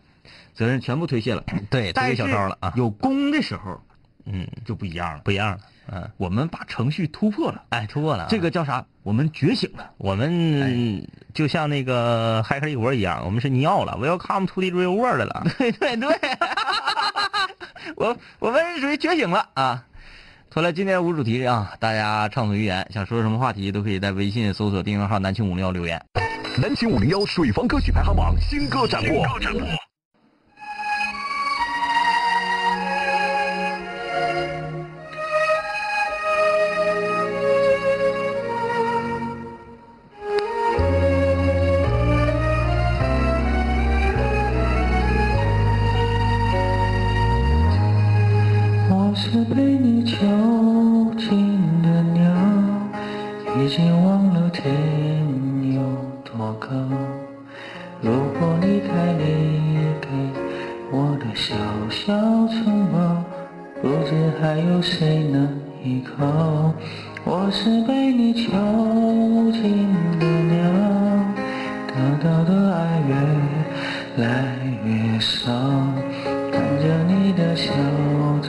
S3: 责任全部推卸了，
S2: 对推
S3: 但
S2: 给
S3: 是
S2: 小超了啊。
S3: 有功的时候
S2: 嗯，
S3: 就不一样了，
S2: 不一样了。嗯，
S3: 我们把程序突破了，
S2: 哎，突破了啊。
S3: 这个叫啥？我们觉醒了。哎
S2: 我们就像那个《骇客帝国》一样，我们是尼奥了，Welcome to the real world 了。
S3: 对对对，我我们属于觉醒了啊。
S2: 好了，今天无主题啊，大家畅所欲言，想说什么话题都可以在微信搜索订阅号“南青五零幺”留言。
S4: 南秦五零幺水房歌曲排行榜新歌展播。
S5: 我是被你囚禁的鸟，已经忘了天有多高。如果离开你给我的小小城堡，不知还有谁能依靠。我是被你囚禁的鸟，得到的爱越来越少，看着你的笑在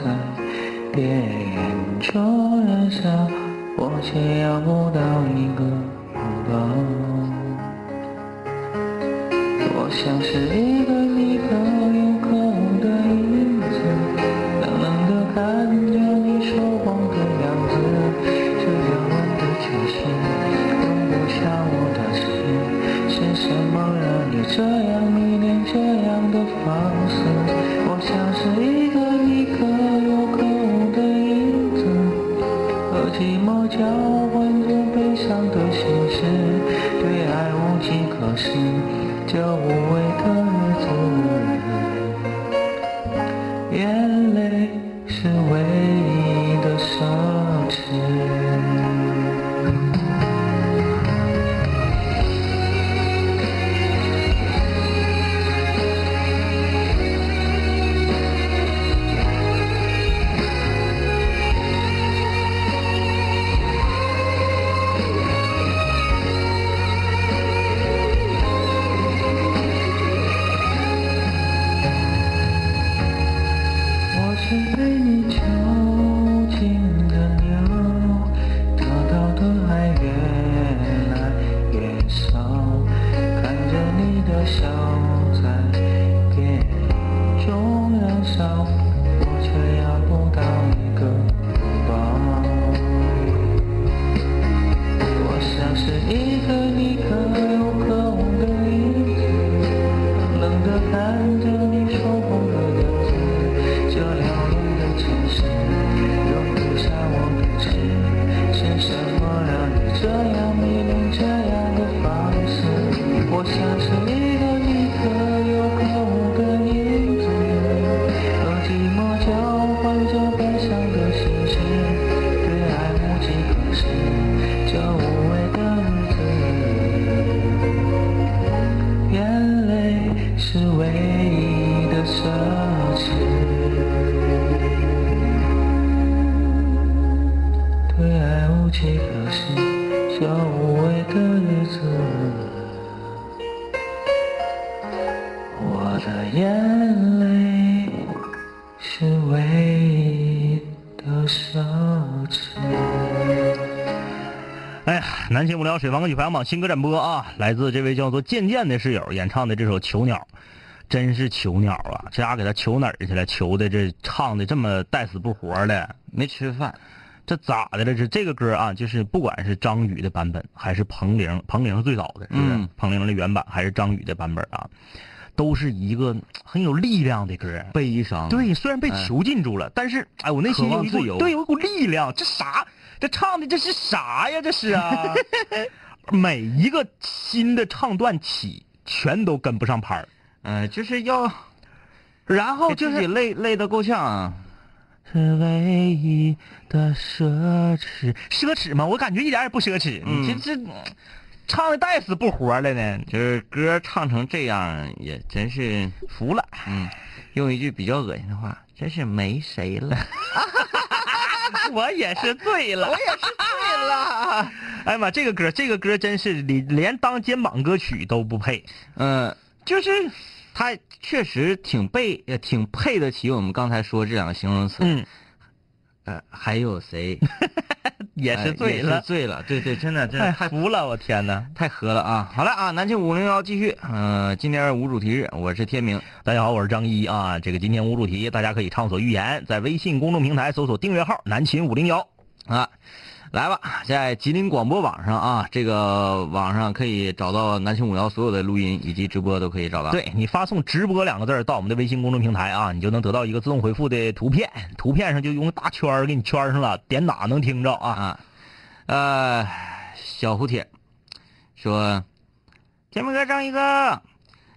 S5: 别眼中燃烧，我却要不到一个拥抱。我像是一个你高又高的影子，冷冷的看着你说谎的样子，这样问的解释容不下我的心，是什么让你这样迷恋这样的方式？我像是一个你高又高的影子。和寂寞交换着悲伤的心事，对爱无计可施，这无味的日子，眼泪是唯一的奢侈。我是被你囚禁的鸟，得到的爱越来越少，看着你的笑在眼中燃烧，我却要不到一个拥抱。我像是一个你可有可无的影子，冷冷的看着你说谎的样子，这辽远的城市容不下我的痴，是什么让你这样迷恋这样的方式？我像是一个你可有可无的影子，和寂寞交换着悲伤的心事，对爱无计可施，这无味的日子，眼泪是唯一的奢侈。对爱无计可施，这无味的日子，我的眼泪是唯一的奢侈。
S2: 哎呀，南秦无聊水房歌曲排行榜新歌展播啊，来自这位叫做渐渐的室友演唱的这首《囚鸟》，真是囚鸟啊！这家给他囚哪儿去了？囚的这唱的这么带死不活的，没吃饭，这咋的了？这这个歌啊，就是不管是张宇的版本，还是彭玲，彭玲是最早的，是不是？
S1: 嗯
S2: 彭玲的原版还是张宇的版本啊，都是一个很有力量的歌。
S1: 悲伤，
S2: 对，虽然被囚禁住了，但是哎，我内心
S1: 渴
S2: 有
S1: 望
S2: 一股
S1: 自由
S2: 对有一股力量。这啥？这唱的这是啥呀？这是 啊！每一个新的唱段起，全都跟不上拍儿，
S1: 呃，就是要
S2: 然后
S1: 给
S2: 就
S1: 自
S2: 是
S1: 己累累得够呛啊。
S2: 是唯一的奢侈，嗯奢侈吗？我感觉一点也不奢侈。你这这唱的带死不活了呢，
S1: 就是歌唱成这样，也真是
S2: 服了。
S1: 嗯，用一句比较恶心的话，真是没谁了。
S2: 我也是醉了，我也是醉了。 哎呀妈，这个歌，这个歌真是你连当肩膀歌曲都不配。
S1: 嗯，就是他确实挺配，呃挺配得起我们刚才说这两个形容词。
S2: 嗯，
S1: 呃，还有谁
S2: 也
S3: 哎
S2: 是醉
S3: 也是
S2: 了，哎
S3: 醉了，对对，真的 真
S2: 太
S3: 的太
S2: 服了，我天哪！
S3: 太喝了啊！好了啊，南京五零幺继续，呃，今天无主题日，我是天明，
S2: 大家好，我是张一啊。这个今天无主题，大家可以畅所欲言，在微信公众平台搜索订阅号“南秦五零幺
S3: 啊，来吧，在吉林广播网上啊，这个网上可以找到南青五幺所有的录音以及直播都可以找”。到。，
S2: 对你发送“直播”两个字儿到我们的微信公众平台啊，你就能得到一个自动回复的图片，图片上就用大圈儿给你圈上了，点哪能听着啊？
S3: 啊，呃，小胡铁说，天明哥、张一哥，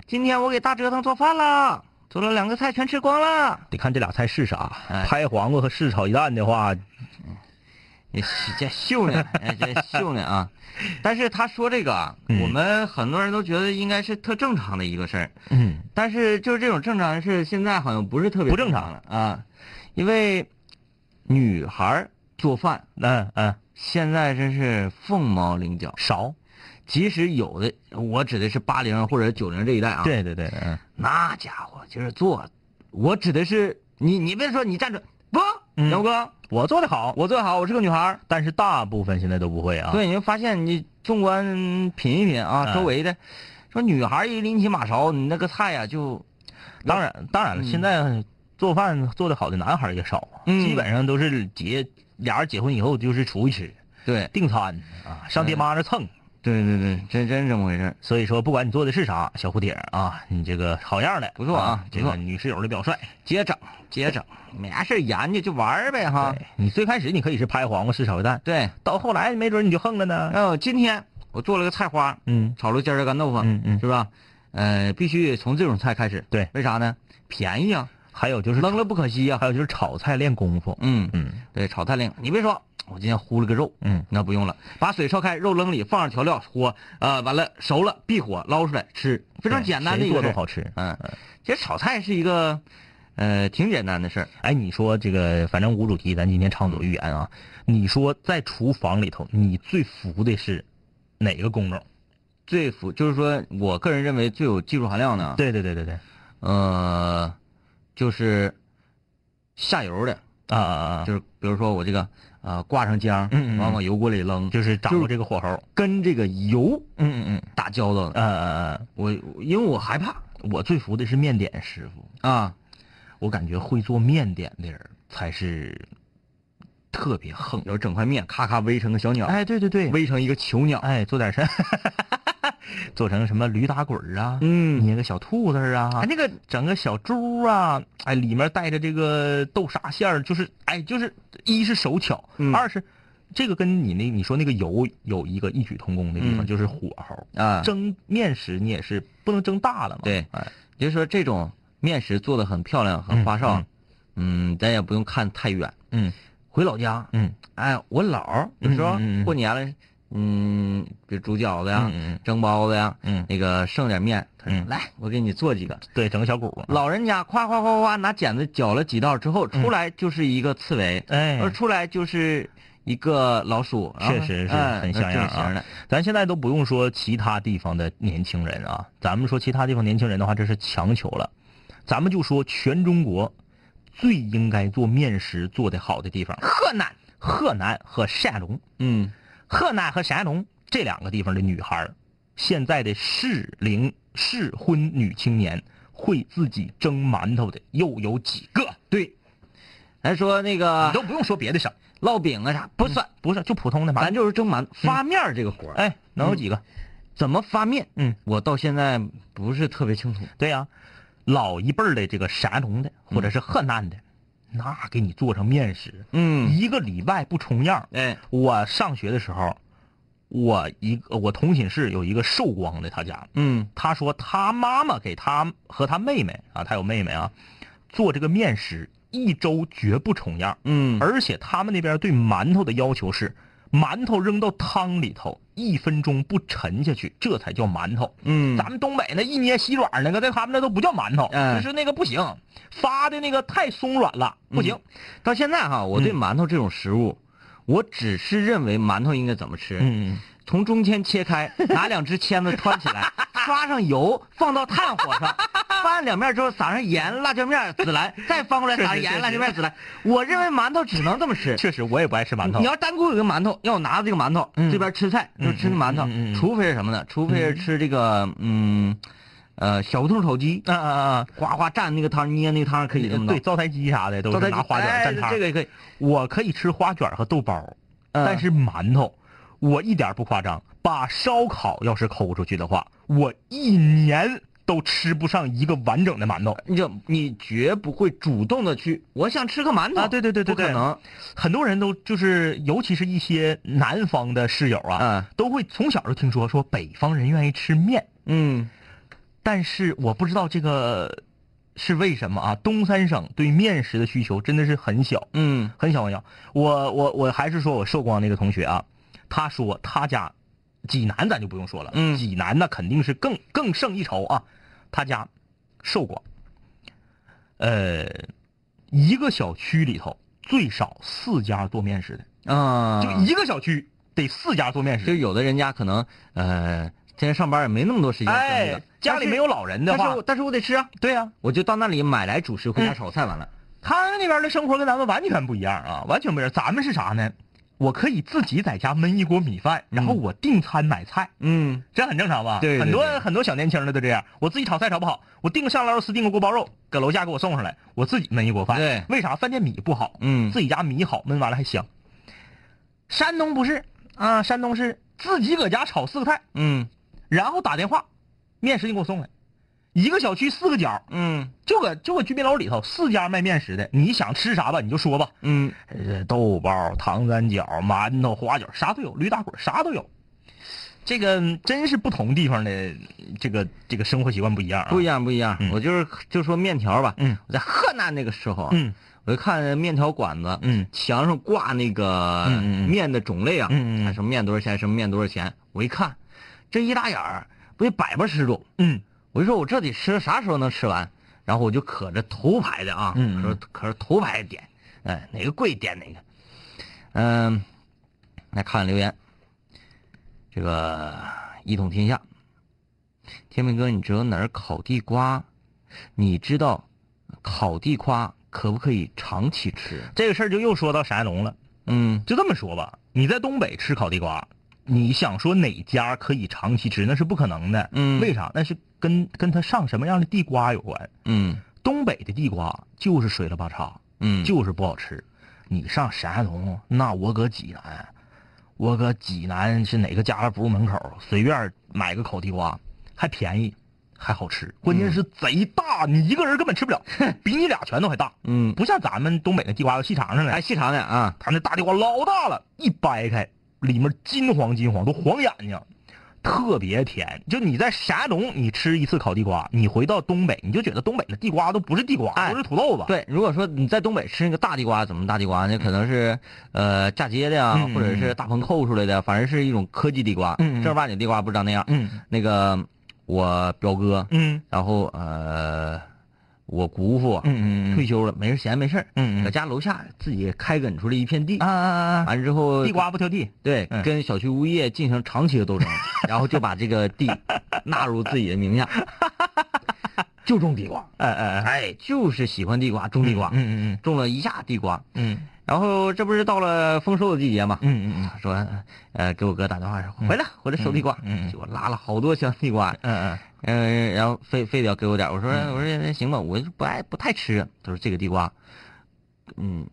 S3: 今天我给大折腾做饭了，做了两个菜全吃光了。
S2: 得看这俩菜是啥
S3: 哎，
S2: 拍黄瓜和试炒鸡蛋的话，
S3: 也是哎这秀呢，哎，这秀呢啊！但是他说这个啊，
S2: 嗯
S3: 我们很多人都觉得应该是特正常的一个事儿，
S2: 嗯，
S3: 但是就是这种正常是现在好像不是特别
S2: 不正
S3: 常了啊，因为女孩儿做饭
S2: 嗯嗯，
S3: 现在真是凤毛麟角，
S2: 少，
S3: 即使有的，我指的是八零或者九零这一代啊，，
S2: 对对对，嗯
S3: 那家伙就是做，我指的是你，你别说你站着不，
S2: 嗯
S3: 姚哥，
S2: 我做的好，
S3: 我做得好，我是个女孩儿。
S2: 但是大部分现在都不会啊。，
S3: 对，你就发现你纵观品一品啊，
S2: 哎
S3: 周围的，说女孩儿一拎起马勺，你那个菜呀、啊就，
S2: 当然当然了，
S3: 嗯
S2: 现在做饭做的好的男孩儿也少，啊
S3: 嗯
S2: 基本上都是结俩人结婚以后就是出去吃
S3: 对
S2: 订餐啊，上
S3: 嗯
S2: 爹妈那蹭。
S3: 对对对，真真是这么回事儿。
S2: 所以说，不管你做的是啥，小蝴蝶儿啊，你这个好样的，
S3: 不错啊
S2: 这
S3: 不
S2: 个
S3: 错
S2: 女室友的表率。
S3: 接整接整，没啥事儿研究就玩儿呗哈。
S2: 对你最开始你可以是拍黄瓜吃炒鸡蛋，
S3: 对，
S2: 到后来没准你就横了呢。
S3: 哎呦，今天我做了个菜花，
S2: 嗯
S3: 炒了尖儿的干豆腐，
S2: 嗯嗯，
S3: 是吧？呃，必须从这种菜开始。
S2: 对
S3: 为啥呢？便宜啊，
S2: 还有就是啊
S3: 扔了不可惜呀、
S2: 还有就是炒菜练功夫。
S3: 嗯，
S2: 嗯
S3: 对，炒菜另，你别说，我今天烀了个肉，
S2: 嗯，
S3: 那不用了，把水烧开，肉扔里，放上调料，火，呃，完了熟了，闭火捞出来吃，非常
S2: 对
S3: 简单的
S2: 谁
S3: 一
S2: 做
S3: 个事
S2: 都
S3: 儿
S2: 好吃。
S3: 嗯，其实炒菜是一个，呃，挺简单的事儿。
S2: 哎，你说这个，反正无主题，咱今天畅所欲言啊。你说在厨房里头，你最服的是哪个工种？
S3: 最符就是说我个人认为最有技术含量的，，
S2: 对对对对对，
S3: 呃，就是下油的，
S2: 啊啊啊啊，
S3: 就是比如说我这个呃挂上浆，
S2: 嗯嗯嗯
S3: 完往油锅里扔，
S2: 就是掌握这个火候。
S3: 跟这个油
S2: 嗯嗯
S3: 打交道的。
S2: 嗯，啊啊
S3: 我我因为我害怕
S2: 我最服的是面点师傅，
S3: 啊，
S2: 我感觉会做面点的人才是特别横。
S3: 有整块面咔咔围成个小鸟，
S2: 哎，对对对，
S3: 围成一个球鸟，
S2: 哎，做点啥，做成什么驴打滚儿啊，
S3: 嗯，
S2: 捏个小兔子儿啊，
S3: 哎那个
S2: 整个小猪啊，哎，里面带着这个豆沙馅儿，就是哎，就是一是手巧，
S3: 嗯
S2: 二是这个跟你那你说那个油有一个异曲同工的地方，
S3: 嗯
S2: 就是火候。
S3: 啊，
S2: 蒸面食你也是不能蒸大了嘛，
S3: 对
S2: 哎，
S3: 就是说这种面食做的很漂亮，很花哨，嗯咱也不用看太远。
S2: 嗯
S3: 回老家，
S2: 嗯
S3: 哎，我姥儿有时候
S2: 嗯嗯嗯嗯
S3: 过年了，嗯，比如煮饺子呀
S2: 嗯、嗯
S3: 蒸包子呀，
S2: 嗯，
S3: 那个剩点面，他说
S2: 嗯
S3: 来，我给你做几个。
S2: 对，整个小鼓，
S3: 老人家夸夸夸夸拿剪子绞了几道之
S2: 嗯
S3: 后，出来就是一个刺猬，
S2: 哎
S3: 而，出来就是一个老鼠，然后
S2: 确实是
S3: 哎
S2: 很像样啊
S3: 正形的
S2: 咱现在都不用说其他地方的年轻人啊，咱们说其他地方年轻人的话，这是强求了，咱们就说全中国最应该做面食做得好的地方，
S3: 河南，
S2: 河南和山东。
S3: 嗯，
S2: 河南和山东这两个地方的女孩儿，现在的适龄适婚女青年会自己蒸馒头的又有几个？
S3: 对。咱说那个
S2: 你都不用说别的省，
S3: 烙饼啊啥不算，
S2: 不是就普通的馒
S3: 咱
S2: 头，
S3: 就是蒸馒头发面儿这个活儿，
S2: 嗯哎，能有几个？
S3: 怎么发面？
S2: 嗯，
S3: 我到现在不是特别清楚。
S2: 对呀、老一辈儿的这个山东的或者是河南的，那给你做成面食，
S3: 嗯，
S2: 一个礼拜不重样儿。
S3: 哎，
S2: 我上学的时候，我一个我同寝室有一个寿光的，他家，
S3: 嗯
S2: 他说他妈妈给他和他妹妹啊，他有妹妹啊，做这个面食一周绝不重样，
S3: 嗯，
S2: 而且他们那边对馒头的要求是，馒头扔到汤里头一分钟不沉下去，这才叫馒头。
S3: 嗯，
S2: 咱们东北那一捏稀软那个，在他们那都不叫馒头，
S3: 嗯
S2: 就是那个不行，发的那个太松软了，不行。
S3: 到
S2: 嗯
S3: 现在哈，我对馒头这种食物，我只是认为馒头应该怎么吃，
S2: 嗯
S3: 从中间切 开，拿两只签子穿起来，刷上油，放到炭火 上，翻两面之后撒上盐、辣椒面、孜然，再翻过来撒上
S2: 确实
S3: 盐、辣椒面、孜然。我认为馒头只能这么吃。
S2: 确实，我也不爱吃馒头
S3: 你。要单独有个馒头，要我拿着这个馒头，
S2: 嗯
S3: 这边吃菜就吃那馒头，
S2: 嗯嗯嗯嗯
S3: 除非是什么呢？除非是吃这个嗯，呃，小胡同烤鸡，
S2: 啊啊啊！
S3: 哗哗蘸那个汤，捏那个汤可以这么
S2: 对，糟台鸡啥的都
S3: 糟
S2: 是
S3: 蹋
S2: 拿花卷
S3: 哎
S2: 蘸汤。
S3: 这个也可以。
S2: 我可以吃花卷和豆包，
S3: 嗯
S2: 但是馒头，我一点不夸张，把烧烤要是抠出去的话，我一年都吃不上一个完整的馒头。
S3: 你就你绝不会主动的去，我想吃个馒头
S2: 啊对对对对
S3: 不可
S2: 对
S3: 能。
S2: 很多人都就是，尤其是一些南方的室友啊，
S3: 嗯
S2: 都会从小就听说说北方人愿意吃面，
S3: 嗯，
S2: 但是我不知道这个是为什么啊。东三省对面食的需求真的是很小，
S3: 嗯
S2: 很小很小。我我我还是说我寿光那个同学啊，他说他家济南咱就不用说了，
S3: 嗯
S2: 济南那肯定是更更胜一筹啊。他家寿光，呃，一个小区里头最少四家做面食的。
S3: 啊，
S2: 就一个小区得四家做面
S3: 就
S2: 食。
S3: 有的人家可能呃，天天上班也没那么多时间做这个
S2: 哎，家里没有老人的
S3: 但
S2: 话
S3: 是我，但是我得吃啊，
S2: 对呀、
S3: 我就到那里买来主食，回家
S2: 嗯
S3: 炒菜完了。
S2: 他们那边的生活跟咱们完全不一样啊，完全不一样。咱们是啥呢？我可以自己在家焖一锅米饭，然后我订餐买菜，
S3: 嗯
S2: 这很正常吧？
S3: 对对
S2: 很多
S3: 对
S2: 很多小年轻的都这样。我自己炒菜炒不好，我订个上捞丝，订个锅包肉，搁楼下给我送上来，我自己焖一锅饭。
S3: 对
S2: 为啥饭店米不好？
S3: 嗯
S2: 自己家米好，焖完了还香。山东不是啊，山东是自己搁家炒四个菜，
S3: 嗯
S2: 然后打电话，面食你给我送来，一个小区四个角，
S3: 嗯
S2: 就搁就搁居民楼里头四家卖面食的，你想吃啥吧，你就说吧，
S3: 嗯，
S2: 呃豆包、糖三角、馒头、花卷，啥都有，驴打滚啥都有。这个嗯真是不同地方的这个这个生活习惯不一样啊，
S3: 不一样不一样
S2: 嗯。
S3: 我就是就说面条吧，
S2: 嗯
S3: 我在河南那个时候啊，
S2: 嗯
S3: 我就看面条馆子，
S2: 嗯
S3: 墙上挂那个
S2: 嗯嗯嗯
S3: 面的种类啊，
S2: 嗯嗯嗯
S3: 啊什么面多少钱，什么面多少钱，我一看，这一大眼儿不得百八十种，
S2: 嗯
S3: 我就说我这得吃啥时候能吃完？然后我就可着头排的啊，
S2: 嗯嗯
S3: 可着可着头排点，哎，哪个贵点哪个。嗯，来看留言，这个一统天下，天明哥，你知道哪儿烤地瓜？你知道烤地瓜可不可以长期吃？
S2: 这个事儿就又说到山东了。
S3: 嗯
S2: 就这么说吧，你在东北吃烤地瓜，你想说哪家可以长期吃，那是不可能的。
S3: 嗯
S2: 为啥？那是跟跟它上什么样的地瓜有关。
S3: 嗯
S2: 东北的地瓜就是水了吧叉，
S3: 嗯，
S2: 就是不好吃。你上山东，那我搁济南，我搁济南是哪个家乐福门口随便买个烤地瓜，还便宜，还好吃，关键是
S3: 嗯
S2: 贼大，你一个人根本吃不 了，比你俩拳头还大。
S3: 嗯，
S2: 不像咱们东北的地瓜有细长上
S3: 哎，
S2: 来，
S3: 细长的啊，
S2: 他那大地瓜老大了，一掰开里面金黄金黄，都黄眼睛，特别甜。就你在山东，你吃一次烤地瓜，你回到东北，你就觉得东北的地瓜都不是地瓜，
S3: 哎
S2: 都是土豆子。
S3: 对，如果说你在东北吃那个大地瓜，怎么大地瓜呢？可能是呃嫁接的啊，
S2: 嗯
S3: 或者是大棚扣出来的，反正是一种科技地瓜。
S2: 嗯嗯
S3: 正儿八经地瓜不长那样。
S2: 嗯
S3: 那个我表哥，
S2: 嗯
S3: 然后呃我姑父啊、
S2: 嗯嗯
S3: 退休了，没人闲没事儿
S2: 嗯嗯
S3: 搁家楼下自己开垦出了一片地，
S2: 啊啊啊啊！
S3: 完之后
S2: 地瓜不挑剔，
S3: 对、
S2: 嗯
S3: 跟小区物业进行长期的斗争，然后就把这个地纳入自己的名下，就种地瓜。
S2: 哎哎哎，
S3: 哎，就是喜欢地瓜，种地瓜，
S2: 嗯嗯
S3: 种了一下地瓜，
S2: 嗯
S3: 然后这不是到了丰收的季节嘛？
S2: 嗯嗯
S3: 说，呃，给我哥打电话说回来，回来收地瓜，
S2: 嗯嗯嗯
S3: 结果拉了好多箱地瓜，
S2: 嗯
S3: 嗯，然后非非得要给我点儿，我说我说那行吧，我就不爱不太吃，他说这个地瓜，嗯，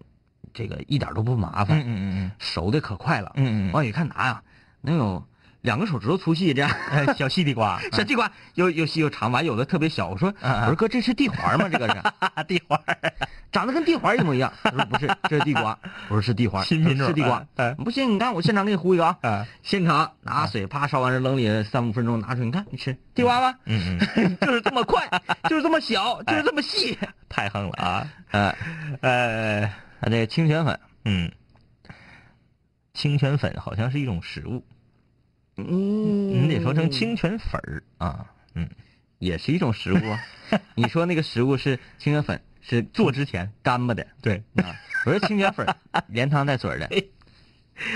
S3: 这个一点儿都不麻
S2: 嗯
S3: 烦，
S2: 嗯
S3: 熟的可快了，
S2: 嗯嗯
S3: 往里看拿呀，能有两个手指头粗细这样。
S2: 嗯，小细地瓜，
S3: 这地瓜有有细有长吧，完有的特别小。我说，
S2: 嗯嗯
S3: 我说哥，这是地环吗？这个 是，
S2: 地瓜，
S3: 长得跟地环一模一样。他说不是，这是地瓜。我说是地环，
S2: 新品种
S3: 是地瓜。
S2: 哎哎
S3: 不信你看，我现场给你烀一个啊！
S2: 啊，
S3: 现场拿水啪烧完，扔里三五分钟，拿出来，你看你吃地瓜吧，
S2: 嗯嗯， 哎
S3: 就是这么快，就是这么小，就是这么细。
S2: 太横了啊，
S3: 呃，
S2: 呃
S3: 啊这个清泉粉，
S2: 嗯，清泉粉好像是一种食物，你
S3: 嗯
S2: 得说成清泉粉儿啊，嗯，
S3: 也是一种 食物啊。你说那个食物是清泉粉，是做之前干巴的
S2: 对，
S3: 啊。 哎我说清泉粉，连汤带水的，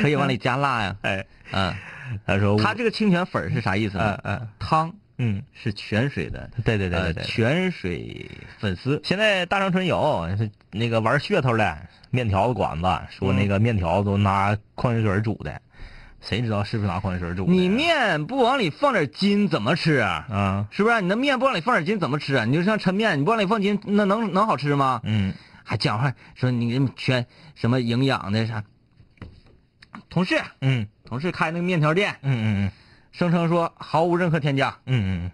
S3: 可以往里加辣呀。
S2: 哎，
S3: 嗯，
S2: 他说
S3: 他这个清泉粉儿是啥意思呢？
S2: 嗯嗯
S3: 汤
S2: 嗯，
S3: 是泉水的，
S2: 对对对对
S3: 呃
S2: 对，
S3: 泉水粉丝。
S2: 现在大长春有那个玩噱头的面条子馆子，说那个面条都拿矿泉水煮的，谁知道是不是拿矿泉水煮的呀？
S3: 你面不往里放点筋怎么吃啊？
S2: 啊，
S3: 是不是？你那面不往里放点筋怎么吃啊？你就像抻面，你不往里放筋，那能能好吃吗？
S2: 嗯，
S3: 还讲话说你这全什么营养的啥？同事，啊
S2: 嗯
S3: 同事开那个面条店，
S2: 嗯嗯
S3: 声称说毫无任何添加，
S2: 嗯嗯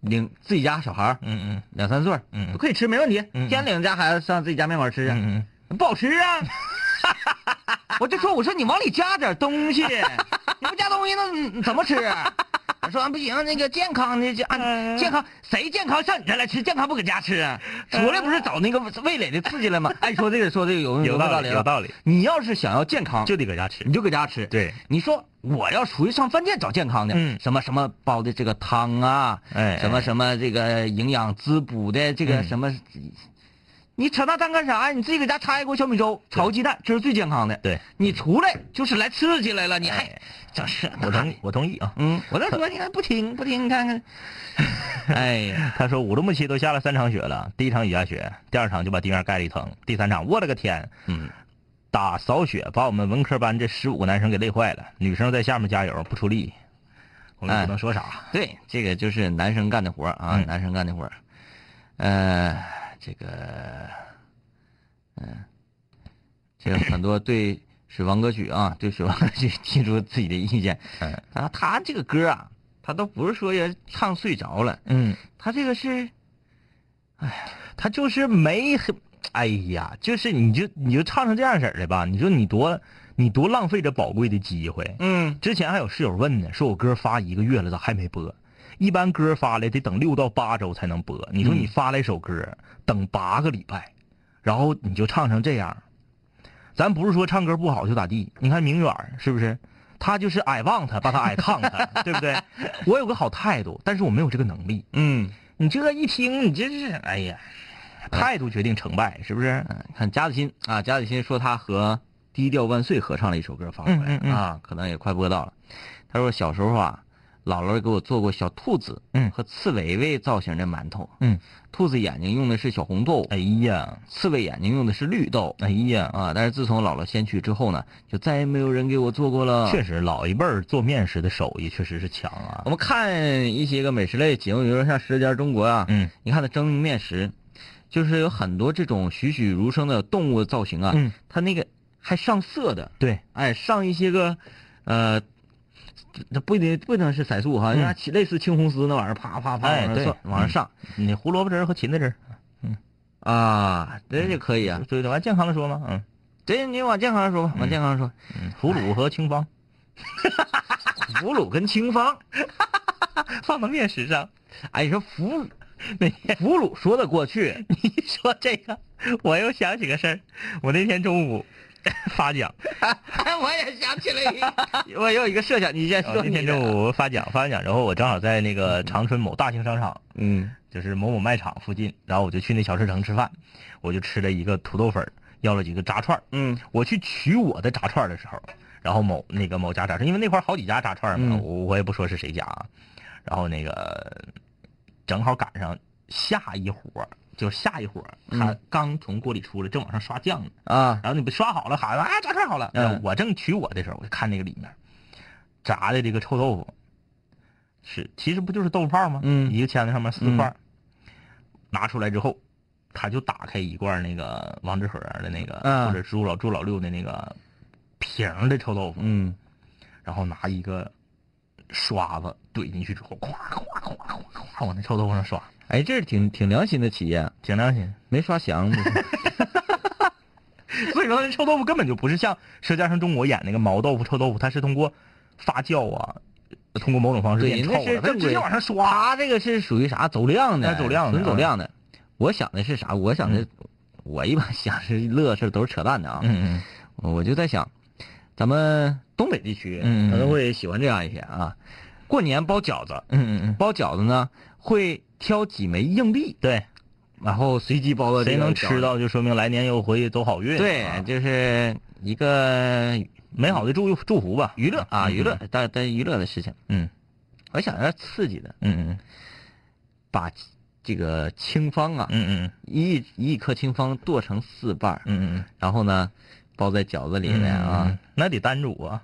S3: 领自己家小孩儿
S2: 嗯嗯
S3: 两三岁儿，
S2: 嗯
S3: 都可以吃，没问题。
S2: 嗯嗯
S3: 天领家孩子上自己家面馆吃去，
S2: 嗯
S3: 不好吃啊！ 我就说，我说你往里加点东西，你不加东西那怎么吃？啊 我说不行，那个健康的就
S2: 嗯
S3: 按健康，谁健康上你这来吃？健康不搁家吃啊？出来不是找那个味蕾的刺激了吗？哎，说这个说这个有
S2: 嗯嗯，有
S3: 道
S2: 道理，有
S3: 理了。啊
S2: 道理，
S3: 你要是想要健康，
S2: 就得搁家吃
S3: 你。就搁家吃。
S2: 对，
S3: 你说我要出去上饭店找健康的，
S2: 嗯
S3: 什么什么煲的这个汤啊，
S2: 哎
S3: 什么什么这个营养滋补的这个
S2: 嗯
S3: 什么，你扯那蛋干啥呀？你自己搁家插一锅小米粥，炒个鸡蛋，这是最健康的。
S2: 对，哎
S3: 你出来就是来刺激来了，你还整是
S2: 我同意，我同意啊。
S3: 嗯，我这 说你看不听不听，你看看， 哎呀，
S2: 他说乌鲁木齐都下了三场雪了，第一场雨夹雪，第二场就把地面盖了一层，第三场我了个天，
S3: 嗯，
S2: 打扫雪把我们文科班这十五个男生给累坏了，女生在下面加油不出力，我们
S3: 哎
S2: 不能说啥。
S3: 对，这个就是男生干的活儿啊，
S2: 嗯
S3: 男生干的活儿呃，这个，嗯、这个很多对水王歌曲啊，对水王歌曲提出自己的意见。
S2: 嗯
S3: 啊，他这个歌啊，他都不是说要唱睡着了，
S2: 嗯，
S3: 他这个是
S2: 他就是没很，哎呀，就是你就你就唱成这样式儿的吧，你说你多你多浪费这宝贵的机会。
S3: 嗯，
S2: 之前还有室友问呢，说我歌发一个月了，咋还没播？一般歌发来得等六到八周才能播。你说你发来一首歌，等八个礼拜，然后你就唱成这样，咱不是说唱歌不好就咋地。你看明远儿是不是？他就是 I want 把他 I 抗他，对不对？我有个好态度，但是我没有这个能力。
S3: 嗯，
S2: 你这一听，你这是哎呀，态度决定成败，是不是？
S3: 嗯看贾子欣啊，贾子欣说他和《低调万岁》合唱了一首歌发出来、
S2: 嗯嗯嗯
S3: 啊，可能也快播到了。他说小时候啊，姥姥给我做过小兔子，
S2: 嗯
S3: 和刺猬猬造型的馒头，
S2: 嗯，
S3: 兔子眼睛用的是小红豆，
S2: 哎呀，
S3: 刺猬眼睛用的是绿豆，
S2: 哎呀，
S3: 啊，但是自从姥姥先去之后呢，就再也没有人给我做过了。
S2: 确实，老一辈儿做面食的手艺确实是强啊
S3: 我。们看一些个美食类节目，比如说像《舌尖中国》啊，
S2: 嗯
S3: 你看它狰狞面食，就是有很多这种栩栩如生的动物造型啊，
S2: 嗯，
S3: 它那个还上色的，
S2: 对，
S3: 哎，上一些个，呃，这不一定不一定是色素哈，
S2: 嗯
S3: 像起类似青红丝那玩意儿，啪啪啪
S2: 哎
S3: 往上
S2: 对
S3: 上往上上
S2: 你胡萝卜汁儿和芹菜汁儿，
S3: 啊，这就可以啊。
S2: 对对，往健康的说嘛，嗯，
S3: 这你往健康上说吧，往健康上说，
S2: 嗯腐乳和清 方
S3: 腐乳跟 清方，
S2: 放到面食上。
S3: 哎，你说腐乳， 腐乳说得过去，
S2: 你说这个，我又想起个事儿，我那天中午 发奖，
S3: 哎，我也想起 来一，我有一个设想，你先
S2: 我
S3: 说
S2: 那
S3: 你
S2: 哦天
S3: 的
S2: 中午发奖，发完奖之后，我正好在那个长春某大型商场，
S3: 嗯
S2: 就是某某卖场附近，然后我就去那小吃城吃饭，我就吃了一个土豆粉儿，要了几个炸串儿。
S3: 嗯
S2: 我去取我的炸串儿的时候，然后某那个某家炸串儿，因为那块儿好几家炸串儿嘛，
S3: 嗯
S2: 我我也不说是谁家啊，然后那个正好赶上下一伙儿，就是下一伙儿，他
S3: 嗯
S2: 刚从锅里出来，正往上刷酱呢，
S3: 啊，
S2: 然后你不刷好了，喊啊炸串儿好了，
S3: 嗯
S2: 我正取我的时候，我就看那个里面炸的这个臭豆腐，是其实不就是豆腐泡吗？
S3: 嗯
S2: 一个签子上面四块儿，拿出来之后，他就打开一罐那个王致和的那个，
S3: 嗯
S2: 或者朱老朱老六的那个瓶儿的臭豆腐，
S3: 嗯
S2: 然后拿一个刷子怼进去之后，咵咵咵咵咵往那臭豆腐上刷，
S3: 哎，这是挺挺良心的企业，啊
S2: 挺良心。
S3: 没刷翔。
S2: 所以说，那臭豆腐根本就不是像《舌尖上中国》演那个毛豆腐、臭豆腐，它是通过发酵啊，通过某种方式
S3: 对，
S2: 变臭
S3: 那是
S2: 了，它
S3: 正
S2: 直接往上刷。
S3: 啊他这个是属于啥走量的，
S2: 哎走量的嗯
S3: 纯走量的。我想的是啥？我想的，我一般想是乐事儿都是扯淡的啊。
S2: 嗯嗯
S3: 我就在想，咱们东北地区
S2: 嗯嗯嗯
S3: 可能会喜欢这样一些啊。过年包饺子，
S2: 嗯嗯嗯，
S3: 包饺子呢会挑几枚硬币，
S2: 对，
S3: 然后随机包的。
S2: 啊谁能吃？到就说明来年又回走好运。
S3: 对
S2: 啊，
S3: 就是一个
S2: 美好的祝祝福吧，
S3: 娱乐啊，
S2: 嗯
S3: 娱乐，但但娱乐的事情，
S2: 嗯
S3: 我想要刺激的，
S2: 嗯
S3: 把这个清方啊，
S2: 嗯嗯
S3: 一亿一亿颗清方剁成四瓣儿，
S2: 嗯嗯
S3: 然后呢，包在饺子里
S2: 嗯，
S3: 面啊，，
S2: 那得单煮啊，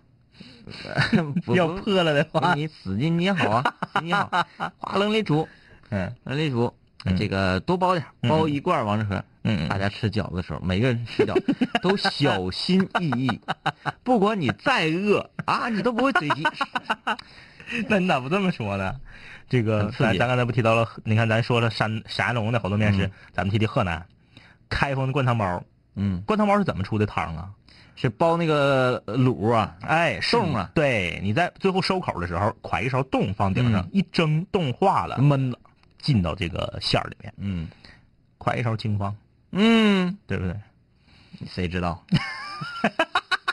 S3: 不
S2: 嗯要
S3: 不
S2: 破了的话，
S3: 你死筋捏好啊，死 筋捏好，花扔里煮，
S2: 嗯
S3: 扔里煮
S2: 嗯，
S3: 这个多包点儿，
S2: 嗯
S3: 包一罐儿王致和。
S2: 嗯
S3: 大家吃饺子的时候，每个人吃饺 子都小心翼翼，不管你再饿啊，你都不会嘴急。
S2: 那你咋不这么说呢？这个
S3: 很刺
S2: 咱
S3: 激
S2: 咱刚才不提到了，你看咱说了山霞龙的好多面食，咱们提提河南开封的灌汤包，
S3: 嗯，
S2: 灌汤包是怎么出的汤啊？
S3: 是包那个呃卤啊，
S2: 哎，
S3: 冻啊
S2: 对，你在最后收口的时候，㧟一勺冻放顶上
S3: 嗯，
S2: 一蒸冻化了，
S3: 焖了。
S2: 进到这个馅儿里面，
S3: 嗯
S2: 㧟一勺清方，
S3: 嗯，
S2: 对不对？
S3: 谁知道？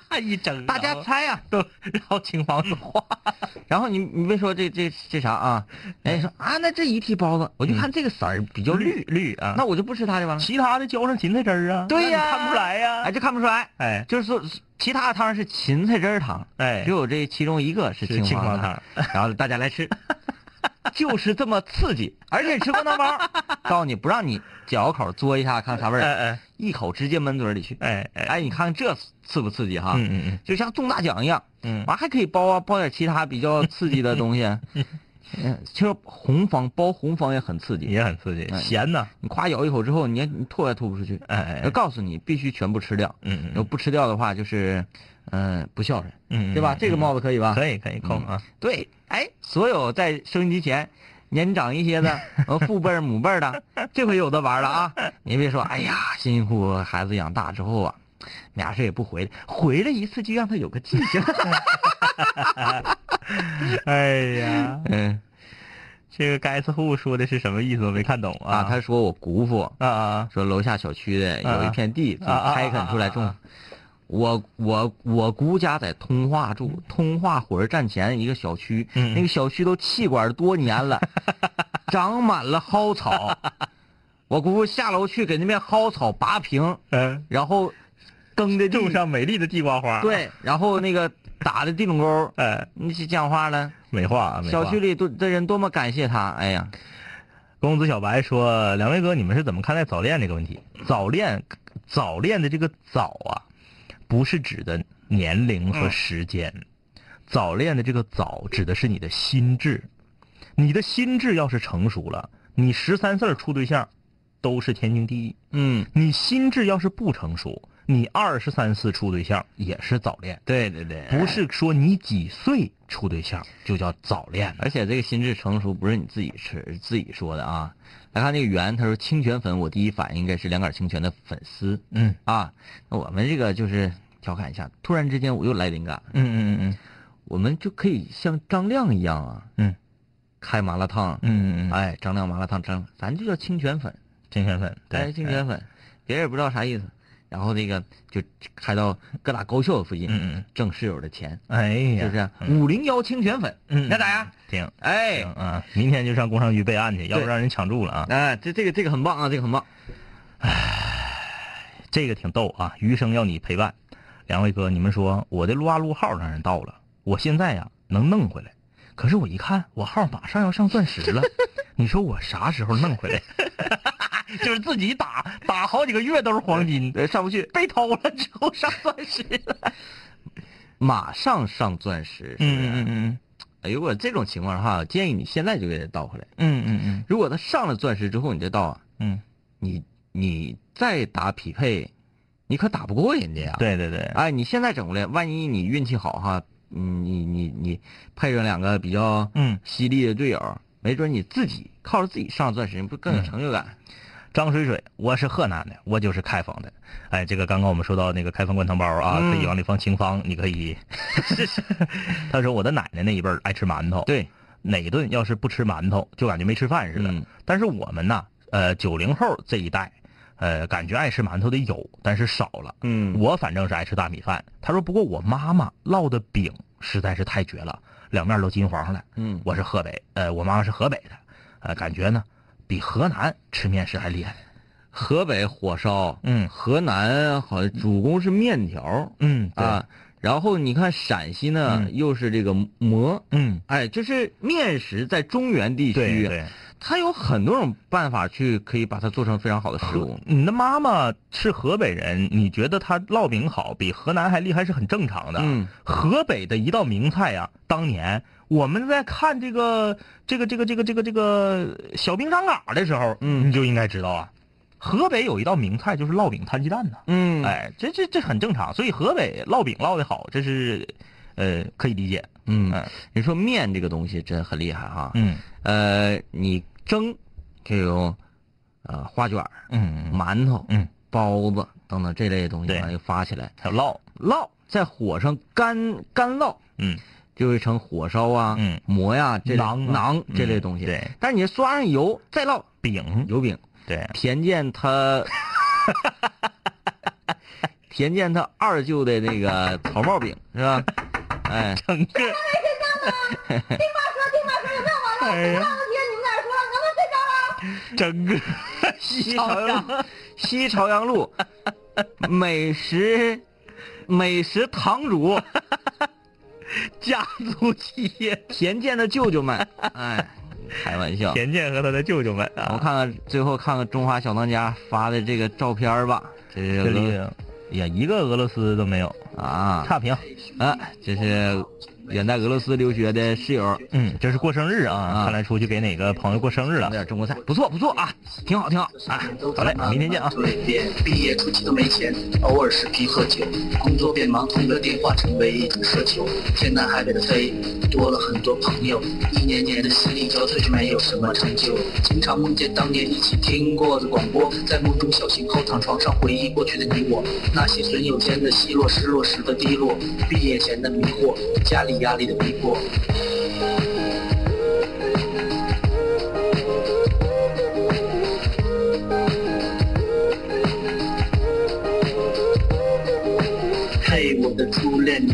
S3: 哎
S2: 一蒸，
S3: 大家猜呀、
S2: 都 然后清方是化，
S3: 然后你你别说这这这啥啊？
S2: 嗯
S3: 人家说啊，那这一屉包子，我就看这个色儿比较绿，
S2: 绿啊，
S3: 那我就不吃它这玩意儿。
S2: 其他的浇上芹菜汁儿啊，
S3: 嗯对呀
S2: 那你看不出来呀、
S3: 哎，这看不出来，
S2: 哎
S3: 就是说其他的汤是芹菜汁儿汤，
S2: 哎
S3: 只有这其中一个是
S2: 是
S3: 清
S2: 清
S3: 汤
S2: 汤汤，
S3: 然后大家 来吃，就是这么刺激，而且你吃灌汤包，告诉你不让你嚼口嘬一下看啥味
S2: 哎
S3: 儿，
S2: 哎
S3: 一口直接闷嘴里去。
S2: 哎哎，
S3: 哎，你看这刺不刺激哈？
S2: 嗯嗯嗯
S3: 就像中大奖一样，
S2: 嗯
S3: 完还可以包啊，包点其他比较刺激的东西。嗯，其实红方包红方也很刺激，
S2: 也很刺激，
S3: 哎
S2: 咸呐，
S3: 你夸咬一口之后，你你吐也吐不出去。
S2: 哎哎
S3: 要告诉你必须全部吃掉，
S2: 嗯嗯
S3: 要不吃掉的话就是，嗯，不孝顺，
S2: 嗯嗯
S3: 对吧？
S2: 嗯
S3: 这个帽子可以吧？
S2: 可以可以扣
S3: 嗯
S2: 啊，
S3: 对，哎，所有在收音机前年长一些的，呃，父辈儿母辈儿的，这回有的玩了啊！你别说，哎呀，辛辛苦苦孩子养大之后啊，俩事也不回来，回来一次就让他有个记性。
S2: 哎呀，
S3: 嗯
S2: 这个该死户说的是什么意思？我没看懂
S3: 啊，他说我姑父
S2: 啊啊
S3: 说楼下小区的有一片地，就
S2: 啊啊
S3: 开垦出来
S2: 啊啊
S3: 种
S2: 啊。
S3: 我我我姑家在通化住，通化火车站前一个小区，
S2: 嗯
S3: 那个小区都气管多年了，长满了蒿草。我姑姑下楼去给那边蒿草拔平，
S2: 嗯，
S3: 然后耕的地
S2: 种上美丽的地瓜花，，
S3: 对，然后那个打的地垄沟。
S2: 哎，
S3: 你这讲话了，
S2: 美化啊，美化
S3: 小区里多的人多么感谢他，哎呀，
S2: 公子小白说：“两位哥，你们是怎么看待早恋这个问题？早恋，早恋的这个早啊，不是指的年龄和时间，早恋的这个早指的是你的心智。你的心智要是成熟了，你十三岁儿处对象，都是天经地义。
S3: 嗯，
S2: 你心智要是不成熟，你二十三四处对象也是早恋，
S3: 对对对
S2: 不是说你几岁处对象就叫早恋了。
S3: 而且这个心智成熟不是你自己吃自己说的啊。来看这个圆，他说清泉粉，我第一反应应该是两杆清泉的粉丝
S2: 嗯
S3: 啊。那我们这个就是调侃一下，突然之间我又来灵感，
S2: 嗯嗯嗯
S3: 我们就可以像张亮一样啊，
S2: 嗯，
S3: 开麻辣烫，
S2: 嗯嗯嗯，
S3: 哎，张亮麻辣烫，张，咱就叫清泉粉，
S2: 金圈粉，对
S3: 哎，清泉粉，别人也不知道啥意思。然后那个就开到各大高校附近，
S2: 嗯嗯
S3: 挣室友的钱，
S2: 哎呀，
S3: 是不是？五零幺清泉粉，
S2: 嗯，
S3: 那咋样？？
S2: 挺
S3: 哎
S2: 挺，啊！明天就上工商局备案去，要不让人抢注了啊！
S3: 哎，这这个这个很棒啊，这个很棒。
S2: 这个挺逗啊！余生要你陪伴，两位哥，你们说我的撸啊撸号让人盗了，我现在呀能弄回来，可是我一看我号马上要上钻石了， 你说我啥时候弄回来？ 就是自己打打好几个月都是黄金，
S3: 呃
S2: 上不去，被偷了之后上钻石了。
S3: 马上上钻石，是不是？
S2: 嗯嗯嗯
S3: 哎如果这种情况的话，我建议你现在就给它倒回来。
S2: 嗯嗯嗯
S3: 如果它上了钻石之后，你再倒啊，
S2: 嗯，
S3: 你你再打匹配，你可打不过人家呀。，
S2: 对对对，
S3: 哎，你现在整过来，万一你运气好哈，嗯你你你配上两个比较
S2: 嗯
S3: 犀利的队友，没准你自己靠着自己上钻石，你不
S2: 嗯
S3: 更有成就感？
S2: 张水水，我是河南的，我就是开封的。哎，这个刚刚我们说到那个开封灌汤包啊，
S3: 嗯
S2: 可以往里放清方，你可 以。他说我的奶奶那一辈儿爱吃馒头，，
S3: 对，
S2: 哪顿要是不吃馒头，就感觉没吃饭似的。
S3: 嗯
S2: 但是我们呐，呃，九零后这一代，呃，感觉爱吃馒头的有，但是少了。
S3: 嗯，
S2: 我反正是爱吃大米饭。他说，不过我妈妈烙的饼实在是太绝了，两面都金黄了。
S3: 嗯
S2: 我是河北，呃，我妈妈是河北的，呃，感觉呢比河南吃面食还厉害。
S3: 河北火烧，
S2: 嗯
S3: 河南好像主攻是面条，
S2: 嗯，对
S3: 啊，然后你看陕西呢，
S2: 嗯
S3: 又是这个馍，
S2: 嗯，啊
S3: 哎，就是面食在中原地
S2: 对
S3: 区，
S2: 对。
S3: 它有很多种办法去可以把它做成非常好的食物。
S2: 你的妈妈是河北人，你觉得她烙饼好，比河南还厉害是很正常的。
S3: 嗯，
S2: 河北的一道名菜呀、当年我们在看这个这个这个这个这个这个小兵张嘎的时候，
S3: 嗯
S2: 你就应该知道啊，河北有一道名菜就是烙饼摊鸡蛋呢、
S3: 嗯哎，
S2: 哎，这这这很正常，所以河北烙饼烙的好，这是呃可以理解。
S3: 嗯
S2: 哎，
S3: 你说面这个东西真很厉害哈。
S2: 嗯
S3: 呃，你蒸可以用呃花卷儿、
S2: 嗯嗯，
S3: 馒头、
S2: 嗯
S3: 包子等等这类的东西，
S2: 对
S3: 把它发起来，
S2: 还有烙，
S3: 烙在火上干干烙，
S2: 嗯
S3: 就会成火烧啊、
S2: 嗯
S3: 馍呀、这类
S2: 馕啊
S3: 馕这类
S2: 嗯
S3: 东西。
S2: 对，
S3: 但你刷上油再烙
S2: 饼，
S3: 油饼，
S2: 对，
S3: 田健他， 田健他二舅的那个草 帽饼是吧？哎，
S2: 整个哎呀整个
S3: 西朝阳路，西朝 阳路，美食，美食堂主，
S2: 家族企业。
S3: 田健的舅舅们，哎，开玩笑。
S2: 田健和他的舅舅们
S3: 我
S2: 啊，
S3: 看看最后看看《中华小当家》发的这个照片儿吧，这是
S2: 这里
S3: 俄
S2: 也一个俄罗斯都没有，
S3: 啊
S2: 差评。
S3: 啊，这是远在俄罗斯留学的室友，
S2: 嗯，这是过生日啊，
S3: 啊
S2: 看来出去给哪个朋友过生日
S3: 整
S2: 了。
S3: 点中国菜，不错不错啊，挺好挺好啊，
S2: 好嘞，明天见啊。
S6: 蜕变，毕业初期都没钱，偶尔是瓶喝酒，工作变忙，通个电话成为一种奢求，天南海北的飞，多了很多朋友，一年年的心力交瘁却没有什么成就，经常梦见当年一起听过的广播，在梦中小醒后躺床上回忆过去的你我，那些损友间的奚落，失落时的低落，毕业前的迷惑，家里压力的逼迫。嘿，我的初恋，你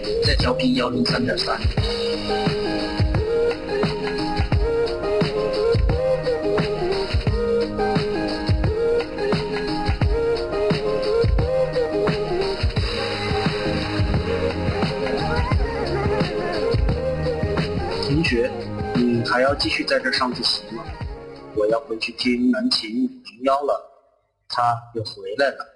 S6: 在调频幺零三点三。同学，你还要继续在这儿上自习吗？我要回去听南琴零幺了，他又回来了。